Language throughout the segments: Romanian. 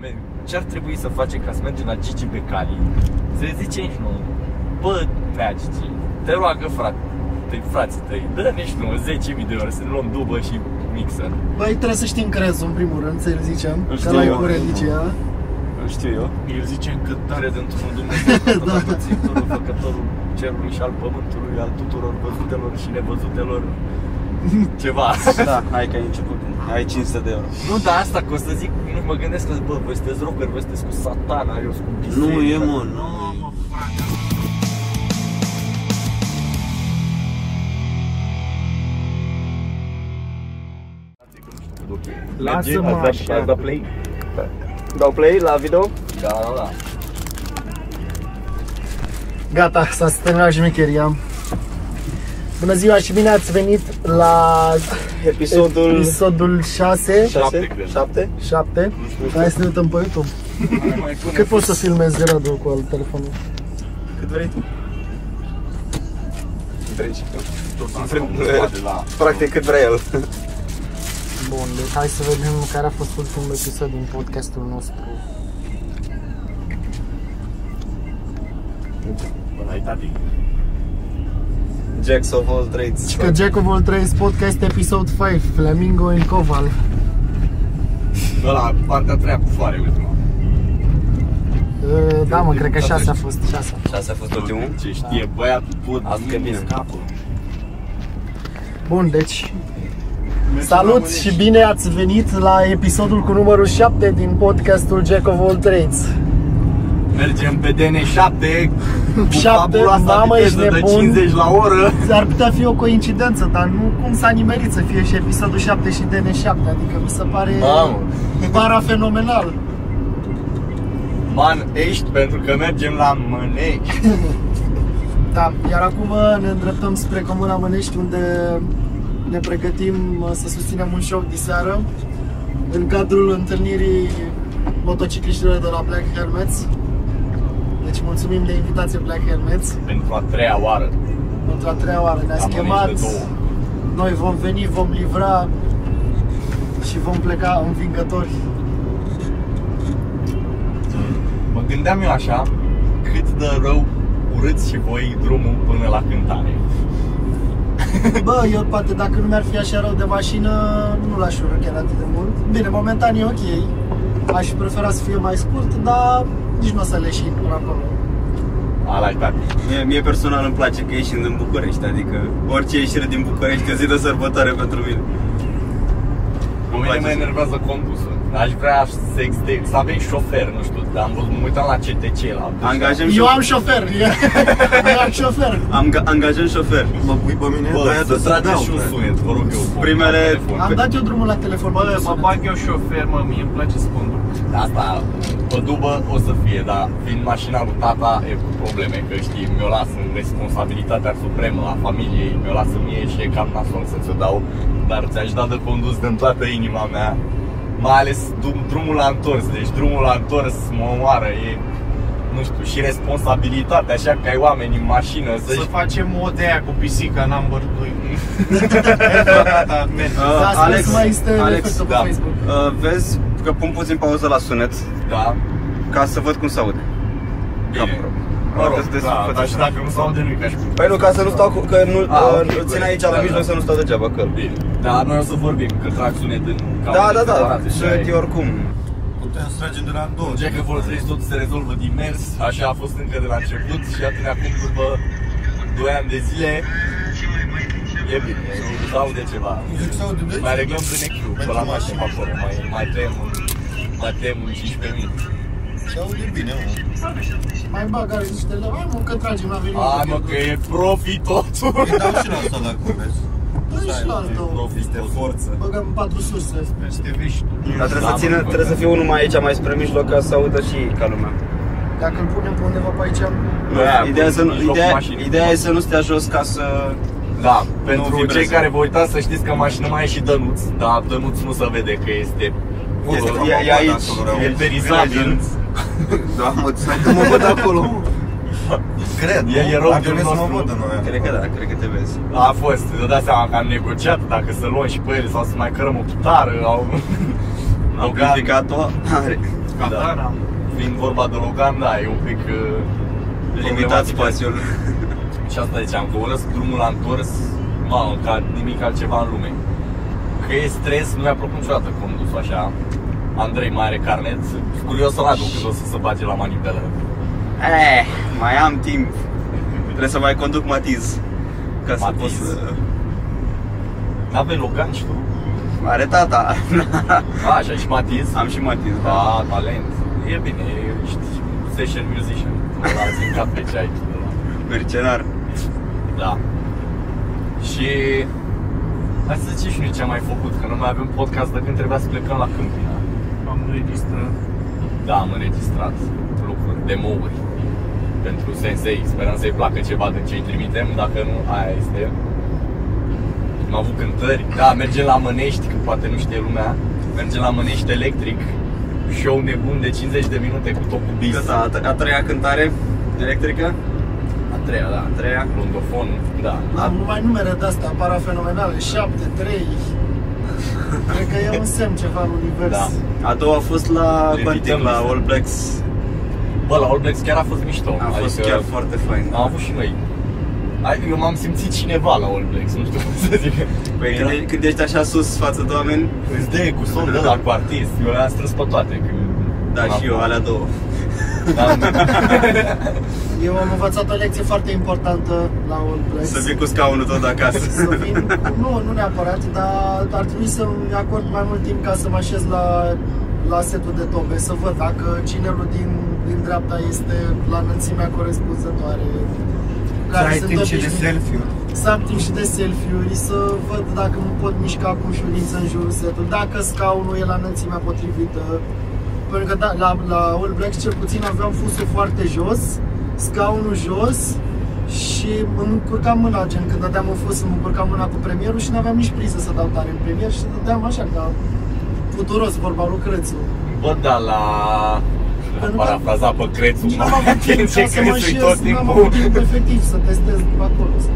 me- ce ar trebui să facem ca să mergem la Gigi Becali? Să le zicem și nouă, bă, nea Gigi, te roagă frate, te frații tăi, dă ne și nouă 10.000 de euro să ne luăm dubă și mixer. Băi, trebuie să știm crezul în primul rând, să-i zicem, Îl că știu la eu. cu religia. Îl știu eu. El zice încântat. Cred într-un Dumnezeu, Tatăl Țintorul, Făcătorul cerului și al pământului, al tuturor văzutelor și nevăzutelor. Ceva. Da, hai că ai început. Ai 500 de euro. Nu, dar asta, că o să zic, nu mă gândesc că, bă, voi sunteți rocker, voi sunteți cu satana, eu sunt cu biserica. Nu e, mă, nu. Lasă-mă așa. Da, play? Dau play la video? Da, da, da. Gata, s-a terminat șmecheria. Bună ziua și bine ați venit la Episodul episodul 6, 6? cred. 7? 7. Hai să ne uităm pe YouTube. Mai pune Cât poți să filmezi Radu cu al telefonul? Cât vrei tu? Treci. tot în spate la... Practic cât vrea el. Bun, deci hai să vedem care a fost ultimul episod din podcastul nostru. Bă, ai tati. Jacks of all trades. Și că Jacob all Trades podcast episod 5, Flamingo în Coval. Ăla, partea treia cu floare ultima. Uh, Da, mă, cred că 6 a fost, 6. Și asta a fost ultimul? Ce știe băiatul, pot Azi că vine. capul. Bun, deci Salut și bine ați venit la episodul cu numărul 7 din podcastul Jack of All Trades. Mergem pe DN7 cu 7, fabuloasa mamă, ești viteză de nebun. 50 la oră. Ar putea fi o coincidență, dar nu cum s-a nimerit să fie și episodul 7 și DN7, adică mi se pare Mamă. bara fenomenal. Man, ești pentru că mergem la Mănești. Da, iar acum uh, ne îndreptăm spre Comuna Mănești unde ne pregătim uh, să susținem un show diseară în cadrul întâlnirii motocicliștilor de la Black Helmets. Deci mulțumim de invitație Black Helmets. Pentru a treia oară. Pentru a treia oară ne-ați Am chemat, venit de două. noi vom veni, vom livra și vom pleca învingători. Mă gândeam eu așa, cât de rău urâți și voi drumul până la cântare. Bă, eu poate dacă nu mi-ar fi așa rău de mașină, nu l-aș urâ chiar atât de mult. Bine, momentan e ok, aș prefera să fie mai scurt, dar nici nu o să leșin până acolo. Ala tati. Mie, mie personal îmi place că ieșim din București, adică orice ieșire din București e o zi de sărbătoare pentru mine. Pe mine place mă să- enervează condusul. Aș vrea să, exte- să avem șofer, nu știu, dar am văzut, mă uitam la CTC la... Angajăm Eu șofer. am șofer, eu am șofer. Am, angajăm șofer. Mă pui pe mine, Bă, să trage și un sunet, vă rog eu. Primele- la telefon. Am dat eu drumul la telefon. Bă, mă bag eu șofer, mă, mie îmi place să conduc. Asta, pe dubă o să fie, dar fiind mașina lui tata, e cu probleme, că știi, mi-o las în responsabilitatea supremă a familiei, mi-o las în mie și e cam nasol să ți-o dau, dar ți-aș da de condus din toată inima mea, mai ales drum- drumul la întors, deci drumul la întors mă omoară, e, nu știu, și responsabilitatea, așa că ai oameni în mașină, să Deci- Să știi, facem o de aia cu pisica number 2. Gata, mergem. Da, să Alex, nu mai este Alex, efectul pe da. Facebook. Uh, vezi că pun puțin pauză la sunet da, ca să văd cum se aude. bine. Capro. Mă rog, Trebuie să da, faci dar și așa. dacă nu s-au de nimic, aș Păi nu, ca să nu stau cu, că nu Ah, uh, ok, îl țin corect. aici la Da, mijloc da. să nu stau degeaba că. Bine, dar noi o să vorbim, că trag sunet în Da, da, da, separate, așa e. sunt eu oricum. Putem să tragem de la două. Jack că folosești tot se rezolvă din mers, așa a fost încă de la început și atât acum după 2 ani de zile E bine, sau de ceva. Zic să audem de Mai reglăm pânechiul, pe la mașină acolo, mai, mai tem un, mai tem un 15 minute. Se aude bine, mă. Mai bag are niște la mai mult că tragem la venit. A, mă, că e profi totul! Îi dau și la asta dacă vezi. Până și la altă. Profi totul. forță. Băgăm patru surse. Să Deci te vezi tu. Dar trebuie Da, să țină, mă, trebuie bă, să fie unul mai aici, mai spre mijloc ca să audă și ei ca lumea. Dacă îl punem pe undeva pe aici, Da, Ideea, cu să nu, mijlocul ideea, mașinii. ideea e să nu stea jos ca să... Da, pentru vibrează. cei care vă uitați să știți că în mașină mai e și Dănuț, dar Dănuț nu se vede că este... Este, Bă, e, e aici. E perizabil. Da, mă, stai Mă văd acolo. Cred, E- e nu? rău Ar de trebui să mă nostru. vadă Cred noi. că da, cred că te vezi. A fost, îți dați seama că am negociat dacă să luăm și pe ele sau să mai cărăm o chitară au... Amplificat-o. Are. Captana. da. Fiind vorba de Logan, da, e un pic uh, Limitat problematică. spațiul. Și asta ziceam, că urăsc drumul la întors, mamă, ca nimic altceva în lume. Că e stres, nu mi-a plăcut niciodată condus așa. Andrei mai are carnet, sunt curios să-l aduc când o să se bage la manipelă. Eh, mai am timp. Trebuie să mai conduc Matiz. Ca să Matiz. pot să... N-avei Logan și tu? Are tata. A, așa, și Matiz? am și Matiz, da. Da, talent. E bine, ești session musician. Mă alții în cap pe ce ai. Mercenar. Da. Și... Hai să zicem și noi ce am mai făcut, că nu mai avem podcast de când trebuia să plecăm la Câmpina. Am înregistrat. Da, am înregistrat lucruri, demouri pentru sensei. Sperăm să-i placă ceva de ce îi trimitem, dacă nu, aia este. Am avut cântări, da, mergem la Mănești, că poate nu știe lumea. Mergem la Mănești Electric, show nebun de 50 de minute cu topul bis. Gata, Exact. a, t- a treia cântare electrică. A treia, da, a treia, lundofon, da. Am numai numere de astea, parafenomenale, 7, 3. Cred că e un semn ceva în univers. Da. A doua a fost la Le Banting, invităm, la Lisa. All Blacks. Bă, la All Blacks chiar a fost mișto. A fost chiar foarte fain. Adică Am avut și noi. Adică eu m-am simțit cineva la All Blacks, nu știu cum să zic. Păi când, e- când ești așa sus față de oameni, Îți dă cu somn de la cu artist, eu le-am strâns pe toate. Da, Că... da, și eu, alea două. Am, Eu am învățat o lecție foarte importantă la All Blacks. Să fii cu scaunul tot acasă. Să vin, nu, nu neapărat, dar ar trebui să-mi acord mai mult timp ca să mă așez la, la setul de tobe, să văd dacă cinelul din, din dreapta este la înălțimea corespunzătoare. Să ai timp și de obișnuit- selfie-uri. Să am timp și de selfie-uri, să văd dacă mă pot mișca cu ușurință în jurul setului, dacă scaunul e la înălțimea potrivită. Pentru că da, la, la All Blacks cel puțin aveam fusul foarte jos, scaunul jos și îmi încurcam mâna, gen când dădeam un fus, îmi încurcam mâna cu premierul și n-aveam nici priză să dau tare în premier și dădeam așa ca futuros, vorba lui Crețu. bă, da, la... Am parafrazat pe Crețu, Și mă, n-am avut ce timp ca să mă Crețu-i tot șez, n-am avut timpul. timp efectiv să testez acolo. Să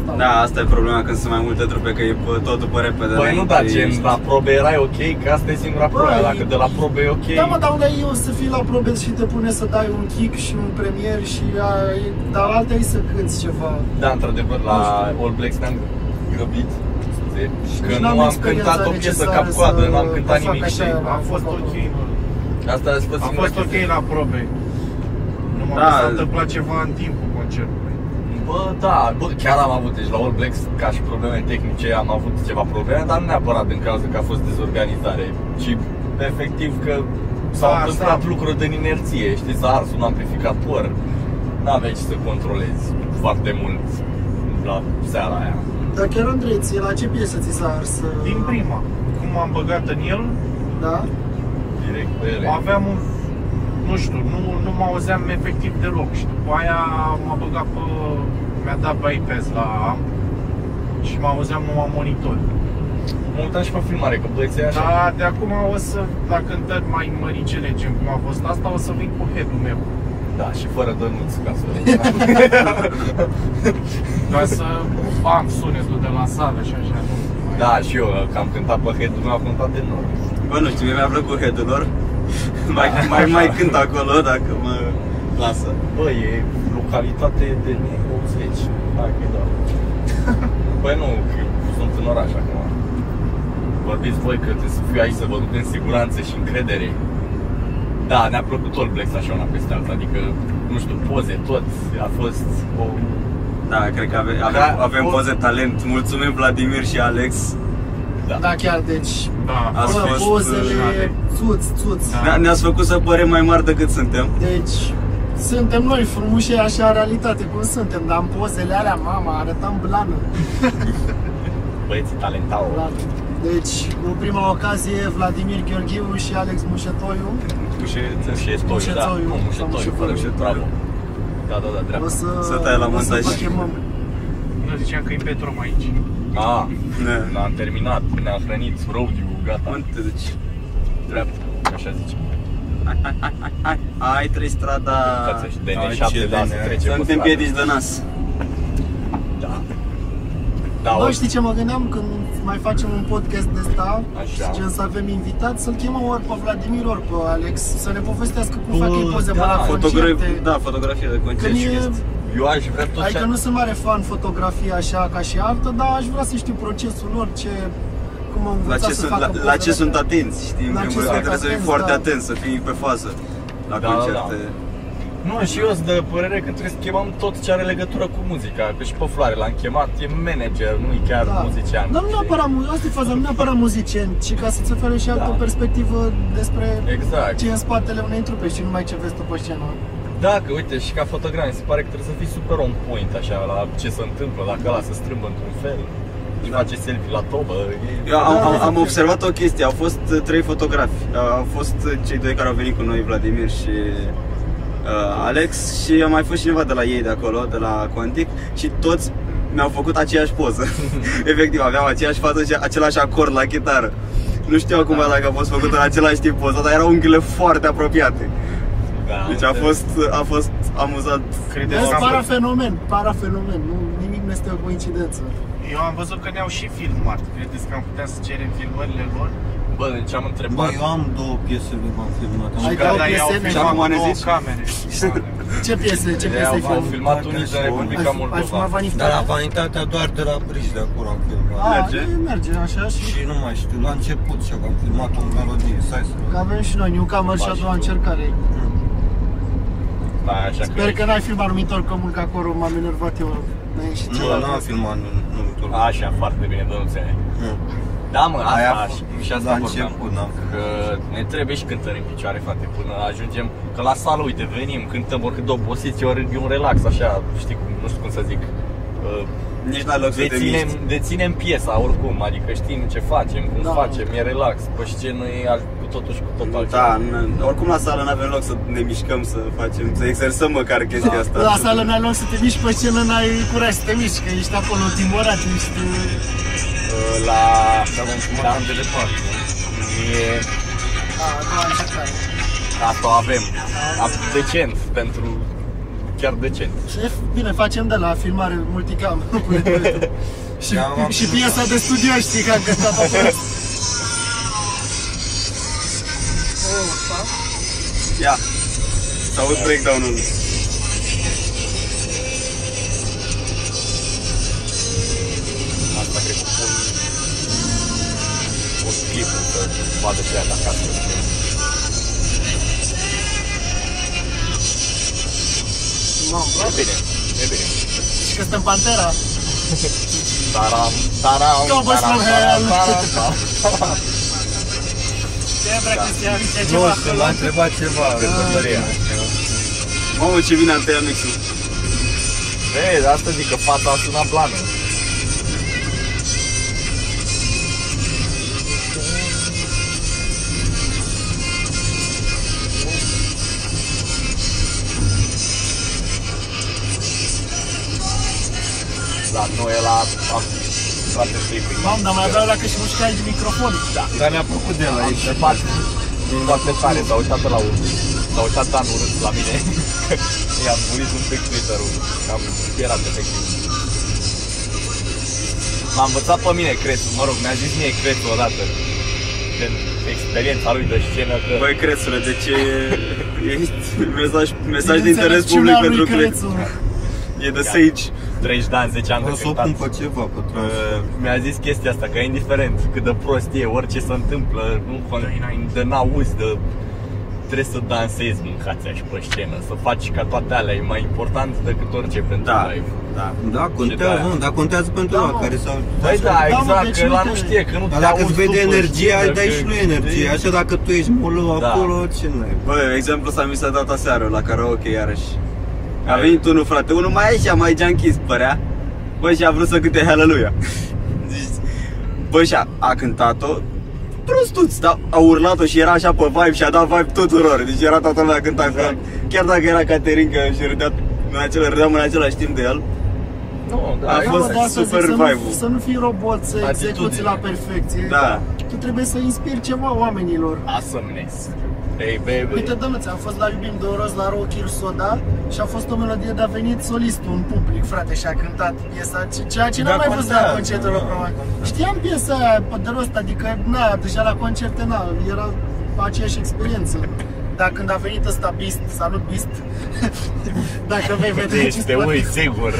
stau. Da, asta e problema când sunt mai multe trupe, că e pe totul pe repede. Băi, nu, da, Ești- gen, la probe erai ok, că asta e singura probă, Băi, dacă de la probe e ok. Da, mă, dar unde eu să fii la probe și te pune să dai un kick și un premier și ai, dar alta e să cânti ceva. Da, într-adevăr, la All Blacks ne-am grăbit scuze, Că n-am nu am experiența cântat o piesă necesară cap-coadă, să- nu am cântat să fac nimic, așa. știi? A fost ok, mă. Asta a fost A singura fost ok chestie. la probe. Nu m-am Da. da. întâmplat ceva în timpul concertului. Bă, da, bă, chiar am avut, deci la All Blacks, ca și probleme tehnice, am avut ceva probleme, dar nu neapărat din cauza că a fost dezorganizare, ci efectiv că s-au Da, întâmplat asta. lucruri din inerție, știi, s-a ars un amplificator, n-aveai ce să controlezi foarte mult la seara aia. Dar chiar Andrei, ție la ce piesă ți s-a ars? uh, Din prima, cum m-am băgat în el, Da? Direct pe ele. aveam un... Nu știu, nu, nu mă auzeam efectiv deloc și după aia m-a băgat pe... Mi-a dat bypass la amp și mă auzeam numai monitor. Mă uitam și pe filmare, că băieții așa. Dar de acum o să, la cântări mai măricele, gen cum a fost asta, o să vin cu head-ul meu. Da, și fără dănuți, ca să Ca să am sunetul de la sală și așa. nu mai- Da, și eu, că am cântat pe head meu, am cântat de nor. Bă, nu știu, mie mi-a plăcut head lor. Mai, mai, mai cânt acolo dacă mă lasă. Bă, e localitate de 80. Hai că da. Păi nu, că sunt în oraș acum. Vorbiți voi că trebuie să fiu aici să vă duc în siguranță și încredere. Da, ne-a plăcut All Blacks așa una peste alta, adică, nu știu, poze, tot, a fost o... Da, cred că ave, avem, Da, avem bun. poze talent. Mulțumim Vladimir și Alex. Da, chiar, deci... Da. Ați bă, fost, uh, pozele, țuț, țuț. Da. Ne- Ne-ați făcut să părem mai mari decât suntem. Deci, suntem noi frumuși așa în realitate, cum suntem, dar în pozele alea, mama, arătam blană. Băieții talentau. blană. Deci, cu prima ocazie, Vladimir Gheorghiu și Alex Mușetoiu. Ușețe. Mușetoiu, da. Mușetoiu. Nu, mușetoiu, Mușetoiu. fără mușetoiu. Bravo. Da, da, da, O dreapta. să, Să tai la o să montaj. vă chemăm. Nu ziceam că e Petrom aici. A, Da. l-am Ah, terminat, ne-am hrănit roadiu, gata. Unde te duci? Dreapta, așa zice. Ai trei strada... Uitați-vă și Ai, DN7, ce da, se DN. trece pe Suntem stradă. piedici de nas. Da. Da, Bă, o- știi ce mă gândeam când mai facem un podcast de ăsta Așa. și gen să avem invitat, să-l chemăm ori pe Vladimir, ori pe Alex, să ne povestească cum Bă, fac ei poze da, pe la concerte. Fotogra- da, fotografie de concert Când și e, chestii. Eu aș vrea tot ce... adică nu sunt mare fan fotografie așa ca și artă, dar aș vrea să știu procesul lor, ce, cum am La învățat ce, să sunt, facă la, pozele la ce astea. sunt atenți, știi? În La ce primul rând sunt trebuie să fii atenți, foarte da. atent, să fii pe fază la Da, concerte. Nu, și eu sunt de părere că trebuie să chemăm tot ce are legătură cu muzica. Că și pe Floare l-am chemat, e manager, nu e chiar muzician. Da. Dar nu știi? neapărat, mu- asta e faza, nu neapărat muzicieni, ci ca să-ți ofere și altă Da. perspectivă despre Exact. ce e în spatele unei trupe și numai ce vezi tu pe scenă. Da, că uite, și ca fotograf, mi se pare că trebuie să fii super on point așa la ce se întâmplă, dacă ăla se strâmbă într-un fel, își face selfie la tobă, e... Eu am, Da, am, da, am da. observat o chestie, au fost uh, trei fotografi. Uh, Au fost uh, cei doi care au venit cu noi, Vladimir și uh, Alex și a mai fost cineva de la ei de acolo, de la Quantic și toți mi-au făcut aceeași poză. Efectiv, aveam aceeași fază și același acord la chitară. Nu știu acum Da. dacă a fost făcută în același timp poza, dar erau unghiile foarte apropiate. Da, Deci a uite. fost, a fost amuzat. Credeți Vezi, că am para văzut- fenomen, para fenomen, nu, nimic nu este o coincidență. Eu am văzut că ne-au și filmat. Credeți că am putea să cerem filmările lor? Bă, deci am întrebat... Bă, eu am două piese de m-am filmat. Ai Am dat- dat Da, Dar i-au piese, filmat ne-am cu două analizat. camere. Ce piese, ce piese am, am ai filmat? filmat Da, unii din da, Republica Ai- Ai Moldova. filmat dar la Vanitatea? vanitatea doar de la Brici de acolo am filmat. A, Da, Merge. Ah, e, merge așa și Și nu mai știu, la început ceva, am filmat o melodie, stai să că avem și noi Newcomer și a doua încercare. Da, așa Sper că n-ai filmat numitor că mult că acolo m-am enervat eu. n-ai ieșit Nu, ceva. nu am filmat, nu, nu, nu. Așa, foarte bine, domnule. Nu. Da, mă, asta Aia a și, fost și asta la vorbeam. început, da. Că ne trebuie și cântări în picioare, frate, până ajungem Că la sală, uite, venim, cântăm oricât de obosiți, ori e un relax, așa, știi cum, nu știu cum să zic Uh, Nici n-ai loc să te Deținem, miști. deținem piesa oricum, adică știm ce facem, cum Da. facem, e relax Pe scenă e al- cu totul și cu totul altceva Da, n- oricum la sală n-avem loc să ne mișcăm, să facem, să exersăm măcar chestia asta. La sală n-ai loc să te miști, pe scenă n-ai curaj să te miști, că ești acolo timorat, ești... Ah, Uh, La... Da, de departe E... A, doua încercare. Asta o avem A- Decent pentru... Chiar decent Șef, Păi, bine, facem de la filmare multicam. și, Da, m-am și piesa de studio știi că am cântat acolo. Ia, să aud breakdown-ul. Asta cred că pun o clipă să vadă și aia de acasă. Mamă, E bine, e bine. și că suntem Pantera. Taram, taram, Go, boys taram, from taram, hell! taram, taram. Ce Da. vrea Cristian, ce Nu ceva știu, l-a acolo? întrebat ceva. Căsătoria. Mamă, ce vine Antea Mixu. Vezi, asta zic că fata a sunat blană. La noi la... Toate clipul. Mamă, dar mai aveau la că și mușcai de microfon. Da. Dar mi-a plăcut de la Am ei. întrebat foarte tare, s-a uitat pe la un... S-a uitat Dan urât la mine. I-am murit un pic Twitter-ul, că am spierat efectiv. M-a învățat pe mine Crețu, mă rog, mi-a zis mie Crețu odată. Din experiența lui de scenă că... Băi, Crețule, de ce ești mesaj, mesaj de Din interes public înțelepciunea lui pentru Crețu? Crețu. E de Sage. 30 de ani, 10 ani de O să o cântat. pun pe ceva, pe Uh, mi-a zis chestia asta, că indiferent cât de prost e, orice se întâmplă, nu con- de n-auzi, de trebuie să dansezi mâncați și pe scenă, să faci ca toate alea, e mai important decât orice pentru Da, live. da. Da, de-aia. contează, nu, dar contează pentru Da, ăla mă. care s-au... Păi da, Da, mă, exact, deci că la uite- nu știe, că nu Dar te dacă îți auzi vede tu, bă, energia, știi, îi dai dacă- și lui energie. Așa dacă tu ești molo Da. acolo, ce n-ai? Bă, exemplu s-a mi s-a dat aseară la karaoke iarăși. A venit unul, frate, unul mai ieșea, mai junkies, părea. Bă, și a vrut să cânte Hallelujah. Zici, Bă, și a, a cântat-o prostuț, dar a urlat-o și era așa pe vibe și a dat vibe tuturor. Deci era toată lumea cânta cu el. Chiar dacă era Caterinca și râdea, în acela, râdeam în același timp de el. Nu, da, A exact. fost Păi, mă, dar să super zic, să nu- vibe-ul. Să nu fii robot, să Atitudine. execuți la perfecție. Da. Tu trebuie să inspiri ceva oamenilor. Awesomeness. Hey, Păi baby. da. Uite, domnule, am fost la Iubim de Oroz, la Rock Hill Soda și a fost o melodie de a venit solistul în public, frate, și a cântat piesa, ce- ceea ce n-am Da, mai văzut la contează, concertul da, probabil. contează. Știam piesa aia pe de rost, adică, na, deja la concerte, na, era aceeași experiență. Dar când a venit ăsta Beast, salut Beast, dacă vei vedea Deci ce Uh, te uiți, sigur.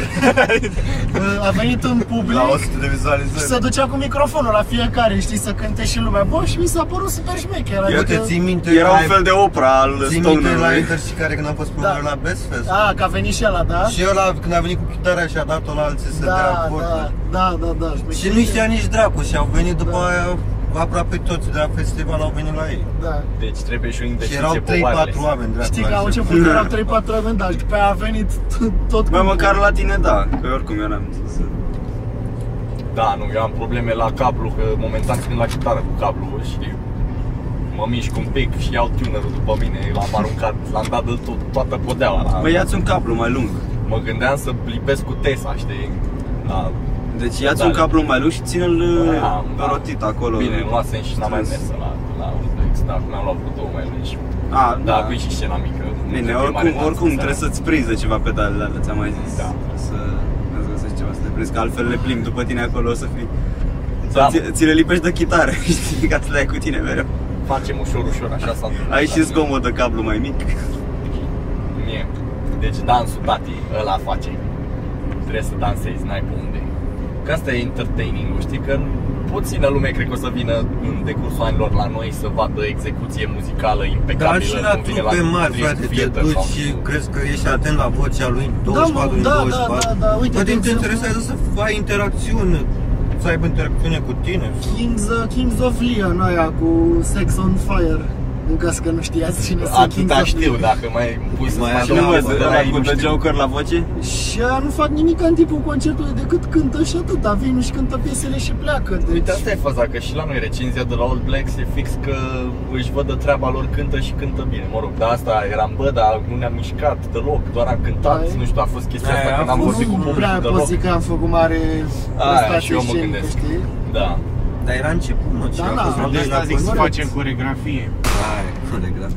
a venit în public. La 100 de Și vizualizări. se ducea cu microfonul la fiecare, știi, să cânte și lumea. Bă, și mi s-a părut super șmecher, Eu te adică... ții minte Era la- un fel de opera al Ții minte la Stonerului. Inter și care când a fost Da. probabil la Best Fest? A, că a venit și ăla, da? Și eu la, când a venit cu chitara și a dat-o la alții să dea da, da, acordul. da, da, da, Și nu știa nici dracu și au venit după Da. aia aproape toți de la festival au venit la ei. Da. Deci trebuie și o Și investiție erau 3-4 pe wireless. oameni dracu. da, Știi că au așa. început, erau 3-4 oameni, dar după aia a venit tot Bă, cu- măcar la tine da, că oricum eram Da, nu, eu am probleme la cablu, că momentan sunt la chitară cu cablu și mă mișc un pic și iau tunerul după mine, l-am aruncat, l-am dat de tot, toată podeaua la... Mă, ia-ți un cablu mai lung Mă gândeam să lipesc cu Tesa, știi? Da, Deci ia-ți Da. un cablu mai lung și ține-l Am, da, rotit acolo Bine, îmi luasem și n-am mai Strâns. mers la, la Urbex, dar acum am luat cu două mai lungi. A, Da, da cu și scena mică. Bine, oricum, oricum trebuie să-ți prinzi de ceva pedalele alea, ți-am mai zis Da. Trebuie Să îți găsești ceva să te prinzi, că altfel le plimbi după tine acolo o să fii Da, ți, ți le lipești de chitară, știi, ca să le ai cu tine mereu facem ușor, ușor, așa s-a întâmplat. Da. Ai și la mine. zgomot de cablu mai mic Mie. Deci dansul, tati, ăla face. Trebuie să dansezi, n-ai pe unde. Că asta e entertaining știi? Că puțină lume cred că o să vină în decursul anilor la noi să vadă execuție muzicală impecabilă. Dar și la cum vine trupe mari, Dream frate, te Theater duci sau- și crezi că ești atent la vocea lui 24 din da, da, 24. da, da, uite, Bă, de te exemplu- interesează să ai interacțiune, să aibă interacțiune cu tine. Kings, uh, Kings of Leon aia cu Sex on Fire. În caz că nu știați cine sunt Kings Atâta of știu, Leon. dacă mai pui să Mai faci Și Da, nu mă, treabă, văd, da, dar ăla da, cu nu The știu. Joker la voce? Și ea nu fac nimic în timpul concertului decât cântă și atât, dar vine și cântă piesele și pleacă. Deci... Uite, asta e faza, că și la noi recenzia de la Old Blacks e fix că își văd de treaba lor, cântă și cântă bine, mă rog, dar asta eram, bă, dar nu ne-am mișcat deloc, doar am cântat, Da, e. nu știu, a fost chestia Aia asta, a când am fost. vorbit cu nu prea publicul pot deloc. zic că am făcut mare Aia, și prestație eu mă scenică, gândesc. știi? Da, Dar era început, mă, Da, ce da, a fost De la asta zic să până? facem coregrafie. Hai, coregraf.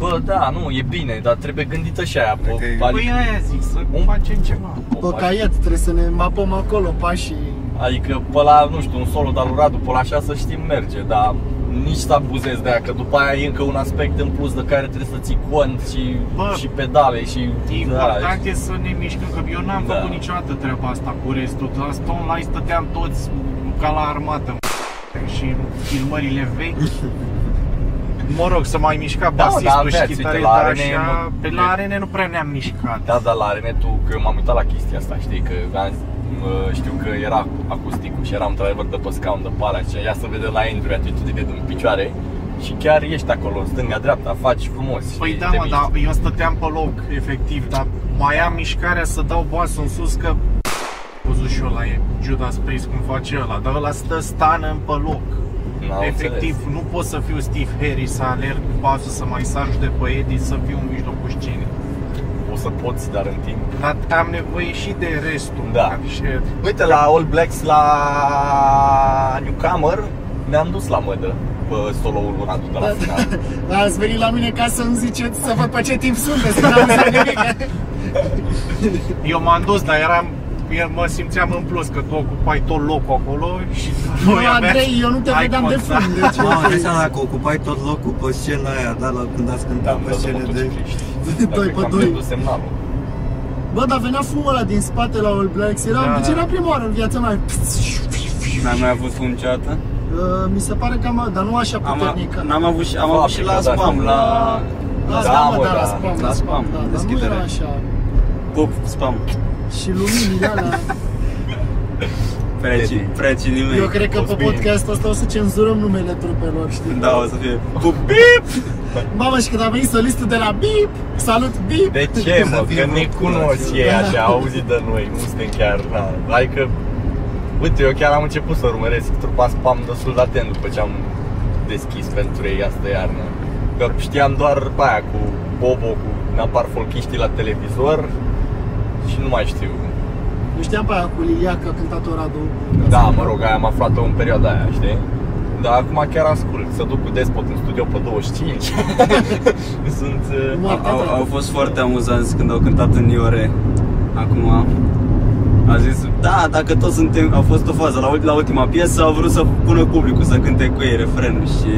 bă, da, nu, e bine, dar trebuie gândită și aia, Cred bă, că e- adică- Păi aia zic, să facem ceva. Pe caiet trebuie să ne mapăm acolo pașii. Adică pe la, nu știu, un solo de lui Radu, pe la așa să știm merge, dar nici să abuzezi de aia, că după aia e încă un aspect în plus de care trebuie să ții cont și, Bă, și pedale și... da, Important e să ne mișcăm, că eu n-am Da. făcut niciodată treaba asta cu restul. La Stone Line stăteam toți ca la armată m- și în filmările vechi. Mă rog, să mai mișca Da, basistul da, aveați, și uite, chitarele, la dar arene așa, nu- pe la arene nu prea ne-am mișcat. Da, dar la Renetul, că eu m-am uitat la chestia asta, știi, că am, mă, știu că era acusticul și era într-adevăr de pe scaun de palea și ia să vede la Andrew atitudine din picioare și chiar ești acolo, stânga-dreapta, faci frumos. Păi știi, da, te mă, miști. dar eu stăteam pe loc, efectiv, dar mai am mișcarea să dau boasă în sus că văzut și ăla e Judas Priest cum face ăla, dar ăla stă stană în pe loc. N-am efectiv, înțeles. nu pot să fiu Steve Harris să alerg cu pasul, să mai sar de pe Eddie, să fiu în mijlocul scenei. O să poți, dar în timp. Dar am nevoie și de restul. Da. Adică, Uite, la All Blacks, la Newcomer, ne-am dus la mădă pe solo-ul lui Radu Da, de la final. Ați venit la mine ca să-mi ziceți să văd pe ce timp sunteți, că n-am zis nimic. eu m-am dus, dar eram eu mă simțeam în plus că tu ocupai tot locul acolo și Nu, noi aveam- Andrei, eu nu te Ai vedeam de contact. fund, deci Mamă, îți dai seama dacă ocupai tot locul pe scena aia, da, la când ați cântat Am pe dat de scene de... motocicliști. Doi Dar cred pe că am doi. pierdut semnalul. Bă, dar venea fumul ăla din spate la All Blacks, era, Da, deci da. era prima oară în viața mea. N-am mai avut cum niciodată? Uh, mi se pare că am, dar nu așa Am, puternic. a- n-am avut și, am Fabrica, avut și la da. spam, la la Da, spam, mă, da, da. la spam, La spam, da, dar nu deschidere. era așa. pop spam Și luminile alea. Preci, preci nimeni Eu cred că pe Cosmin. podcastul ăsta o să cenzurăm numele trupelor, știi? Da, o să fie Pup, bip! Mamă, și când a venit solistul de la Bip, salut Bip! De ce, mă? fie Că ne ruptură, cunosc să- ei Da. așa, au auzit de noi, nu suntem chiar, na. Adică, uite, eu chiar am început să urmăresc trupa spam destul de atent după ce am deschis pentru ei asta iarnă. Că știam doar pe aia cu Bobo, cu napar folchiștii la televizor și nu mai știu. Nu știam pe aia cu Lilia că a cântat Radu. Da, mă rog, aia am aflat-o în perioada aia, știi? Dar acum chiar ascult, să duc cu despot în studio pe 25 Sunt... uh, Moarte, Au, da. au fost foarte amuzanți când au cântat în Iore. Acum a zis, da, dacă toți suntem, a fost o fază, la, ul- la ultima piesă au vrut să pună publicul să cânte cu ei refrenul și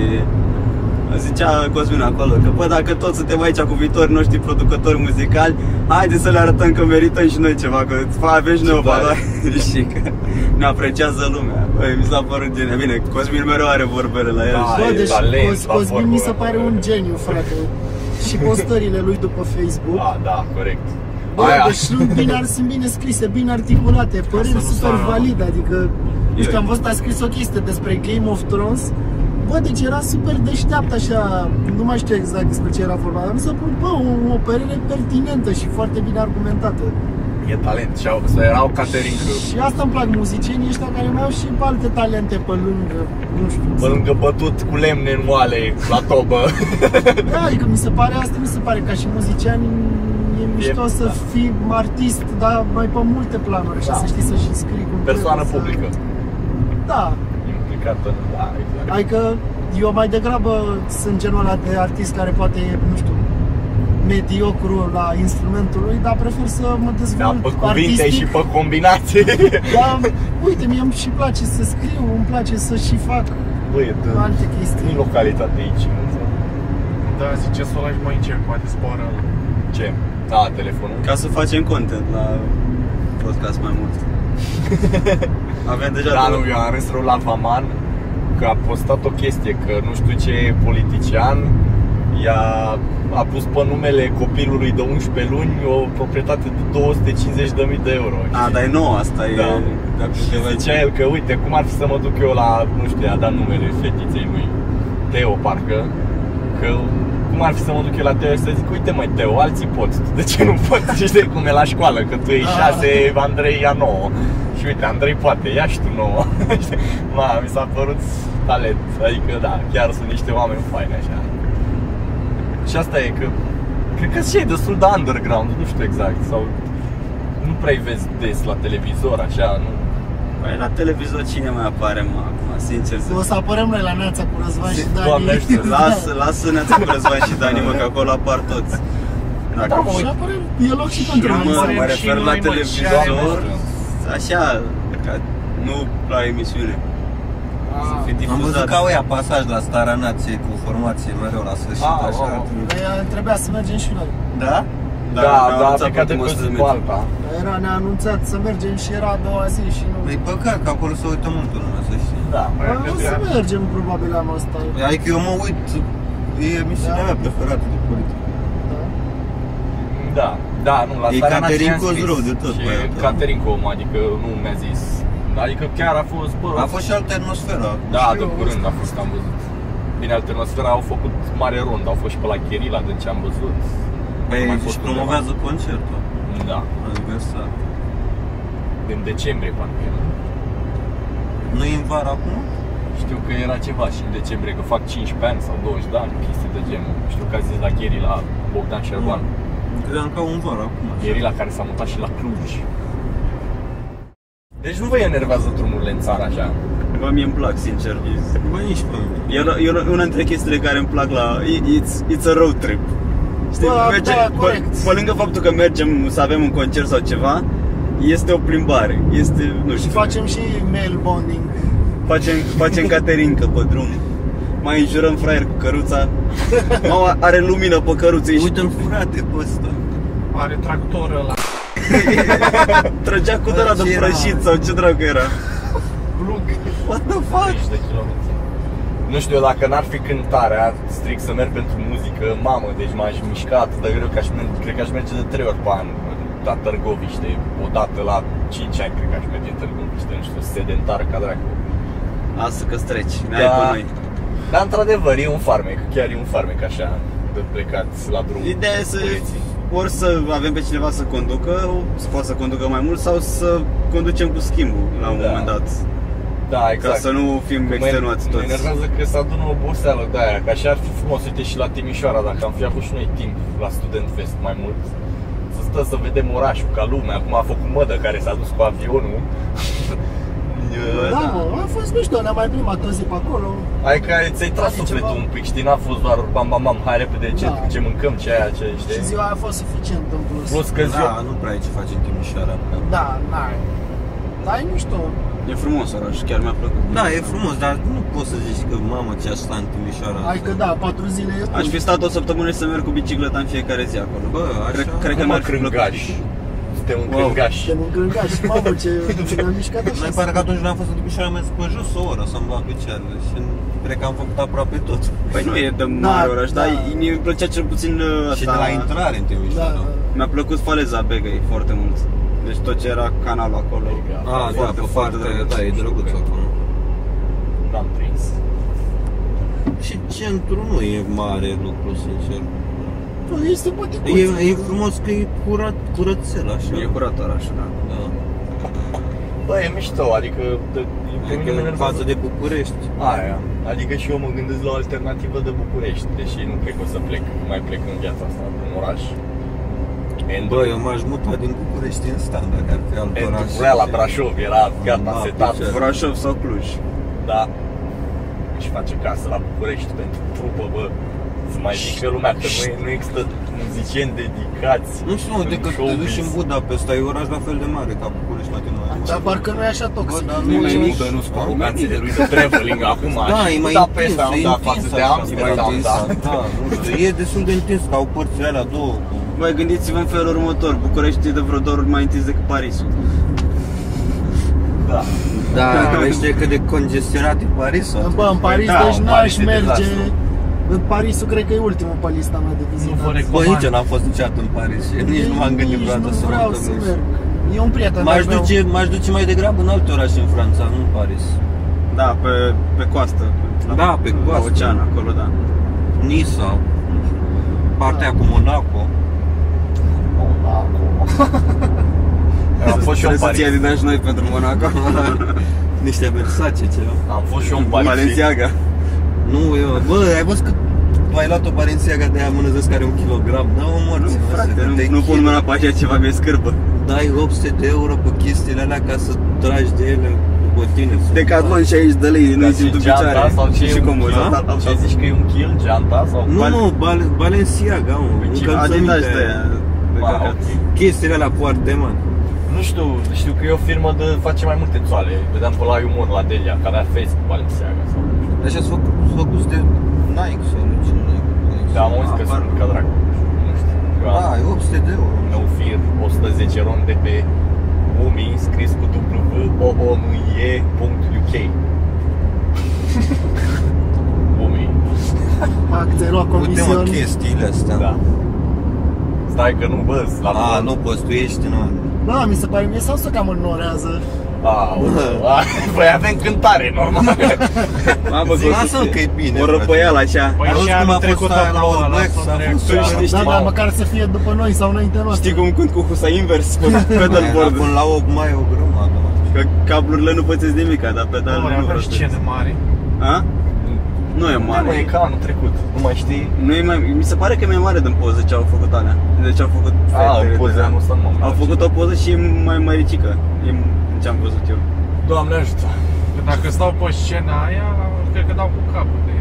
zicea Cosmin acolo că bă, dacă toți suntem aici cu viitorii noștri producători muzicali, haide să le arătăm că merităm și noi ceva, că fa- avem și noi o Ce tare. valoare și că ne apreciază lumea. Băi, mi s-a părut genial. Bine, Cosmin mereu are vorbele la el. Da, și- Bă, Ai deci talent Cos- la Cosmin mi se vorbă, pare bă. un geniu, frate. Și postările lui după Facebook. Da, da, corect Bă, deci sunt bine, ar- sunt bine scrise, bine articulate, păreri super valide, adică, nu știu, am văzut, a scris o chestie despre Game of Thrones, Bă, deci era super deșteapt așa, nu mai știu exact despre ce era vorba, dar mi s-a părut, bă, o, o părere pertinentă și foarte bine argumentată. E talent și au, să erau Caterin Și asta îmi plac muzicienii ăștia care mai au și alte talente pe lângă, nu știu. Pe lângă bătut cu lemne în oale la tobă Da, adică mi se pare asta, mi se pare ca și muzician e mișto să da. fii artist, dar mai pe multe planuri, așa, Da. să știi să-și scrii cum Persoană trebuie, să- publică Da, Implicată, da, exact adică eu mai degrabă sunt genul ăla de artist care poate e, nu știu, mediocru la instrumentul lui, dar prefer să mă Da, dezvolt pe cuvinte artistic. și pe combinații Dar, uite, mie îmi și place să scriu, îmi place să și fac Băi, e de... alte chestii. Din localitate aici, nu înțeleg. Da, zice să o lași mai încet, poate zboară Ce? Da, telefonul Ca să facem content la podcast mai mult. Avem deja Da, două- nu, eu am râs rău la Vaman că a postat o chestie, că nu știu ce politician i-a a pus pe numele copilului de 11 luni o proprietate de 250.000 de euro. A, dar e nou asta, e... Da. Dacă Și zicea el că uite cum ar fi să mă duc eu la, nu știu, i-a dat numele fetiței lui Teo parcă Că cum ar fi să mă duc eu la Teo și să zic uite mai Teo, alții pot, tu de ce nu pot? Și știi cum e la școală, că tu e 6, Andrei ia 9 Și uite, Andrei poate, ia și tu 9 Știi? Ma, mi s-a părut talent, adică da, chiar sunt niște oameni faini așa Și asta e că, cred că și e destul de underground, nu știu exact, sau nu prea vezi des la televizor, așa, nu, Păi, la televizor cine mai apare, mă, acum, sincer să O să apărăm noi la Neața cu Răzvan și Dani. Doamne ajută, Lasă, lasă ne Răzvan și Dani, mă, că acolo apar toți. Dacă Și apărăm, e loc și pentru mă, noi să mă, mă apărăm și refer noi, la mă, ce televizor, ai, așa, ca, nu la emisiune. Să fie Am văzut difuzat. că au ea pasaj la Starea Nației cu formație mereu la sfârșit, Ah, așa. wow. Păi, Trebuia să mergem și noi. Da? Da, da, ne-au da, anunțat pe care ultima pe sută de zi cu metri. alta. Era, ne-a anunțat să mergem și era a doua zi și nu... Păi păcat că acolo se uită multă lume, să știi. Da, mai Bă, O să mergem probabil anul ăsta. Păi, Adică eu mă uit, e emisiunea Da. mea preferată de politică. da, da, nu, la E Sarana Caterin ți-am Cozrov scris. de tot, Și băiatul ăla. Caterin Com, adică nu mi-a zis. Adică chiar a fost, bă, A fost și altă atmosferă. da, de eu, curând a fost, am văzut. Bine, alternosfera au făcut mare rond, au fost și pe la Cherila, de ce am văzut. Mai Păi, fost își promovează concertul. undeva. Da, Adică asta. din decembrie parcă era. Nu e în vară acum? Știu că era ceva și în decembrie, că fac 15 ani sau 20 de ani, chestii de genul. Știu că a zis la Cherila Bogdan Șerban. Credeam că au în vară acum. Ierila care s-a mutat și la Cluj. Deci nu vă enervează drumurile în țară așa. Bă, mie îmi plac, sincer. Bă, nici pe mine. E, la- e la- una dintre chestiile care îmi plac la... It's, it's a road trip. Știi, Bă, merge, da, pe, corect. pe lângă faptul că mergem să avem un concert sau ceva, este o plimbare. Este, nu știu. Și facem și mail bonding. Facem, facem caterincă pe drum. Mai înjurăm fraier cu căruța. Mama are lumină pe căruță și Uite-l frate pe ăsta. Are tractor ăla trăgea cu de la Ce de era? prășit sau ce dracu era. Plug What the fuck? 30 de kilometri. Nu știu, dacă n-ar fi cântarea, strict să merg pentru muzică, mamă, deci m-aș mișca atât de greu că aș merge, cred că aș merge de 3 ori pe an la Târgoviște, o dată la 5 ani cred că aș merge în Târgoviște, nu știu, sedentar ca dracu. Asta că streci, ne Da. ai pe noi. Dar într-adevăr e un farmec, chiar e un farmec așa, de plecat la drum. Ideea e să ori să avem pe cineva să conducă, să poată să conducă mai mult sau să conducem cu schimbul la un Da. moment dat. Da, exact. Ca să nu fim Mă- extenuați Mă toți. enervează că se adună o oboseală de aia, că așa ar fi frumos, uite și la Timișoara, dacă am fi avut și noi timp la Student Fest mai mult, să stăm să vedem orașul ca lumea, acum a făcut mădă care s-a dus cu avionul. uh, Da, mă, a fost mișto, ne-am mai plimbat toți pe acolo. Adică ți-ai tras Ai sufletul ceva? un pic, știi, n-a fost doar bam bam bam, hai repede, ce, Da. ce mâncăm, ce aia, ce, Și știi? ziua aia a fost suficient în plus. Deci- Plus că ziua, Da, nu prea ai ce face în Timișoara. Da, n-ai. Dar e mișto. E frumos oraș, chiar mi-a plăcut. Da, e frumos, dar nu poți să zici că mamă ce aș sta în Timișoara. Adică da, patru zile e Aș mult. fi stat o săptămână și să merg cu bicicleta în fiecare zi acolo. Bă, așa? Cred, cred că nu mă mi-ar fi crângaș. plăcut. Suntem un Wow. crângaș. Te încânca și mamă ce, ce ne-am mișcat Mai așa. pare că atunci când am fost în Timișoara am mers pe jos o oră să-mi bag picioarele și cred că am făcut aproape tot. Păi nu e de mare Da, oraș, dar da. mi plăcea cel puțin ăsta. Și de la intrare în Da, Timișoara. da. Mi-a plăcut faleza Begăi foarte mult. Deci tot ce era canalul acolo. Adică, A, da, pe foarte, da, e drăguț acolo. N-am prins. Și centrul nu e mare lucru, sincer. Nu, e simpatic. E, e frumos că e curat, curățel, așa. E curat orașul, da. Da. Bă, e mișto, adică... De, pe mine mă Adică în enervează față de București. Aia. Adică și eu mă gândesc la o alternativă de București, deși nu cred că o să plec, mai plec în viața asta, în oraș. And Bă, eu m-aș muta din București în stan, dacă ar fi alt and oraș. vrea la Brașov, era gata, Ma, setat, picioare. Brașov sau Cluj. da. Își face casă la București pentru trupă, bă. Să mai zic că lumea că nu, e- nu există muzicieni dedicați Nu știu, mă, în decât te showbiz. duci în Budapesta, e oraș la fel de mare ca București, la tine mai mare. Dar parcă nu e așa toxic. Bă, dar Nu Nu mai e mică, nici- nu sunt nu e aroganțele mică. lui de traveling acum Da, și e mai da, intins, pe asta, e da, intins față de așa, Amsterdam, mai intins, da. da, nu știu, e destul de intins, că au părțile alea două. Băi, gândiți-vă în felul următor. București e de vreo două ori mai întins decât Parisul. Da. Da, vește cât de congestionat e Paris. Bă, în Paris, da, deci în n-aș Paris e merge. dezastru. În Parisul cred că e ultimul pe lista mea de Nu vă vizitat. Bă, recomand. nici eu n-am fost niciodată în Paris, și nici nu m-am gândit vreodată nu să mă vreau să întâlnesc. merg. E un prieten M-aș de-al meu. duce, m-aș duce mai degrabă în alte orașe în Franța, nu în Paris. Da, pe, pe coastă. Da, pe coastă. La ocean, acolo, da. Nisa, partea cu Monaco. Am fost și eu în Trebuie să-ți Paris. iei din noi pentru Monaco. Niște Versace ceva. Am fost și eu în Paris. și- Valenciaga. Nu, eu, bă, ai văzut că tu ai luat o Balenciaga de aia mânăzesc care un kilogram? Da, mă, morți, Nu, frate, nu, nu pun mâna pe așa ceva, mi-e scârbă. Dai 800 de euro pe chestiile alea ca să tragi de ele după tine. Decathlon 60 de lei, Dar nu-i simt ce, în geanta da, sau picioare. ce e Și un cum da? kill? Ce zici că e un kill, geanta sau... Nu, Bal- nu, Bal- Balenciaga, mă, încălțăminte. Adidas de aia. de Ba, căcat. ok. Chestiile alea foarte mari. Nu știu, știu că e o firmă de face mai multe țoale. Vedeam pe la umor la Delia, care a face cu Balenciaga sau... Așa sunt făcuți de Nike sau nu știu Nike. Da, Dar am auzit că sunt ca dracu. Nu știu. Eu am Da, e 800 de euro. no fir 110 ron de pe Umi, scris cu www.oomie.uk Umi, Pac, ți-ai luat Uite mă, comision. chestiile astea. da. Stai că nu băz la A, nu poți, tu ești, nu. Da, mi se pare mie sau să cam înnorează. A, păi avem cântare, normal. Mamă, Zi, că o să lasă-l fie că e bine, O răpăială așa. Păi Auzi și cum a anul fost trecut aia a la plouă, All la Blacks, a Sodrea. fost Știi, Da, știi, Da, știi. dar măcar să fie după noi sau înaintea noastră. Știi cum cânt cu husa invers Da, pe Era pedalboard până la 8 mai o grămadă. Că cablurile nu pățesc nimic, dar Nu, pedalul nu avem și rotește. cene mari. A? Nu e Mare. Mă, e mare. ca anul trecut, nu mai știi? Nu e mai, mi se pare că e mai mare din poză ce au făcut alea. De ce au făcut A, fetele poze de- anul ăsta, mă. Au făcut o poză și e mai măricică. E ce am văzut eu. Doamne ajută. Că dacă stau pe scena aia, cred că dau cu capul de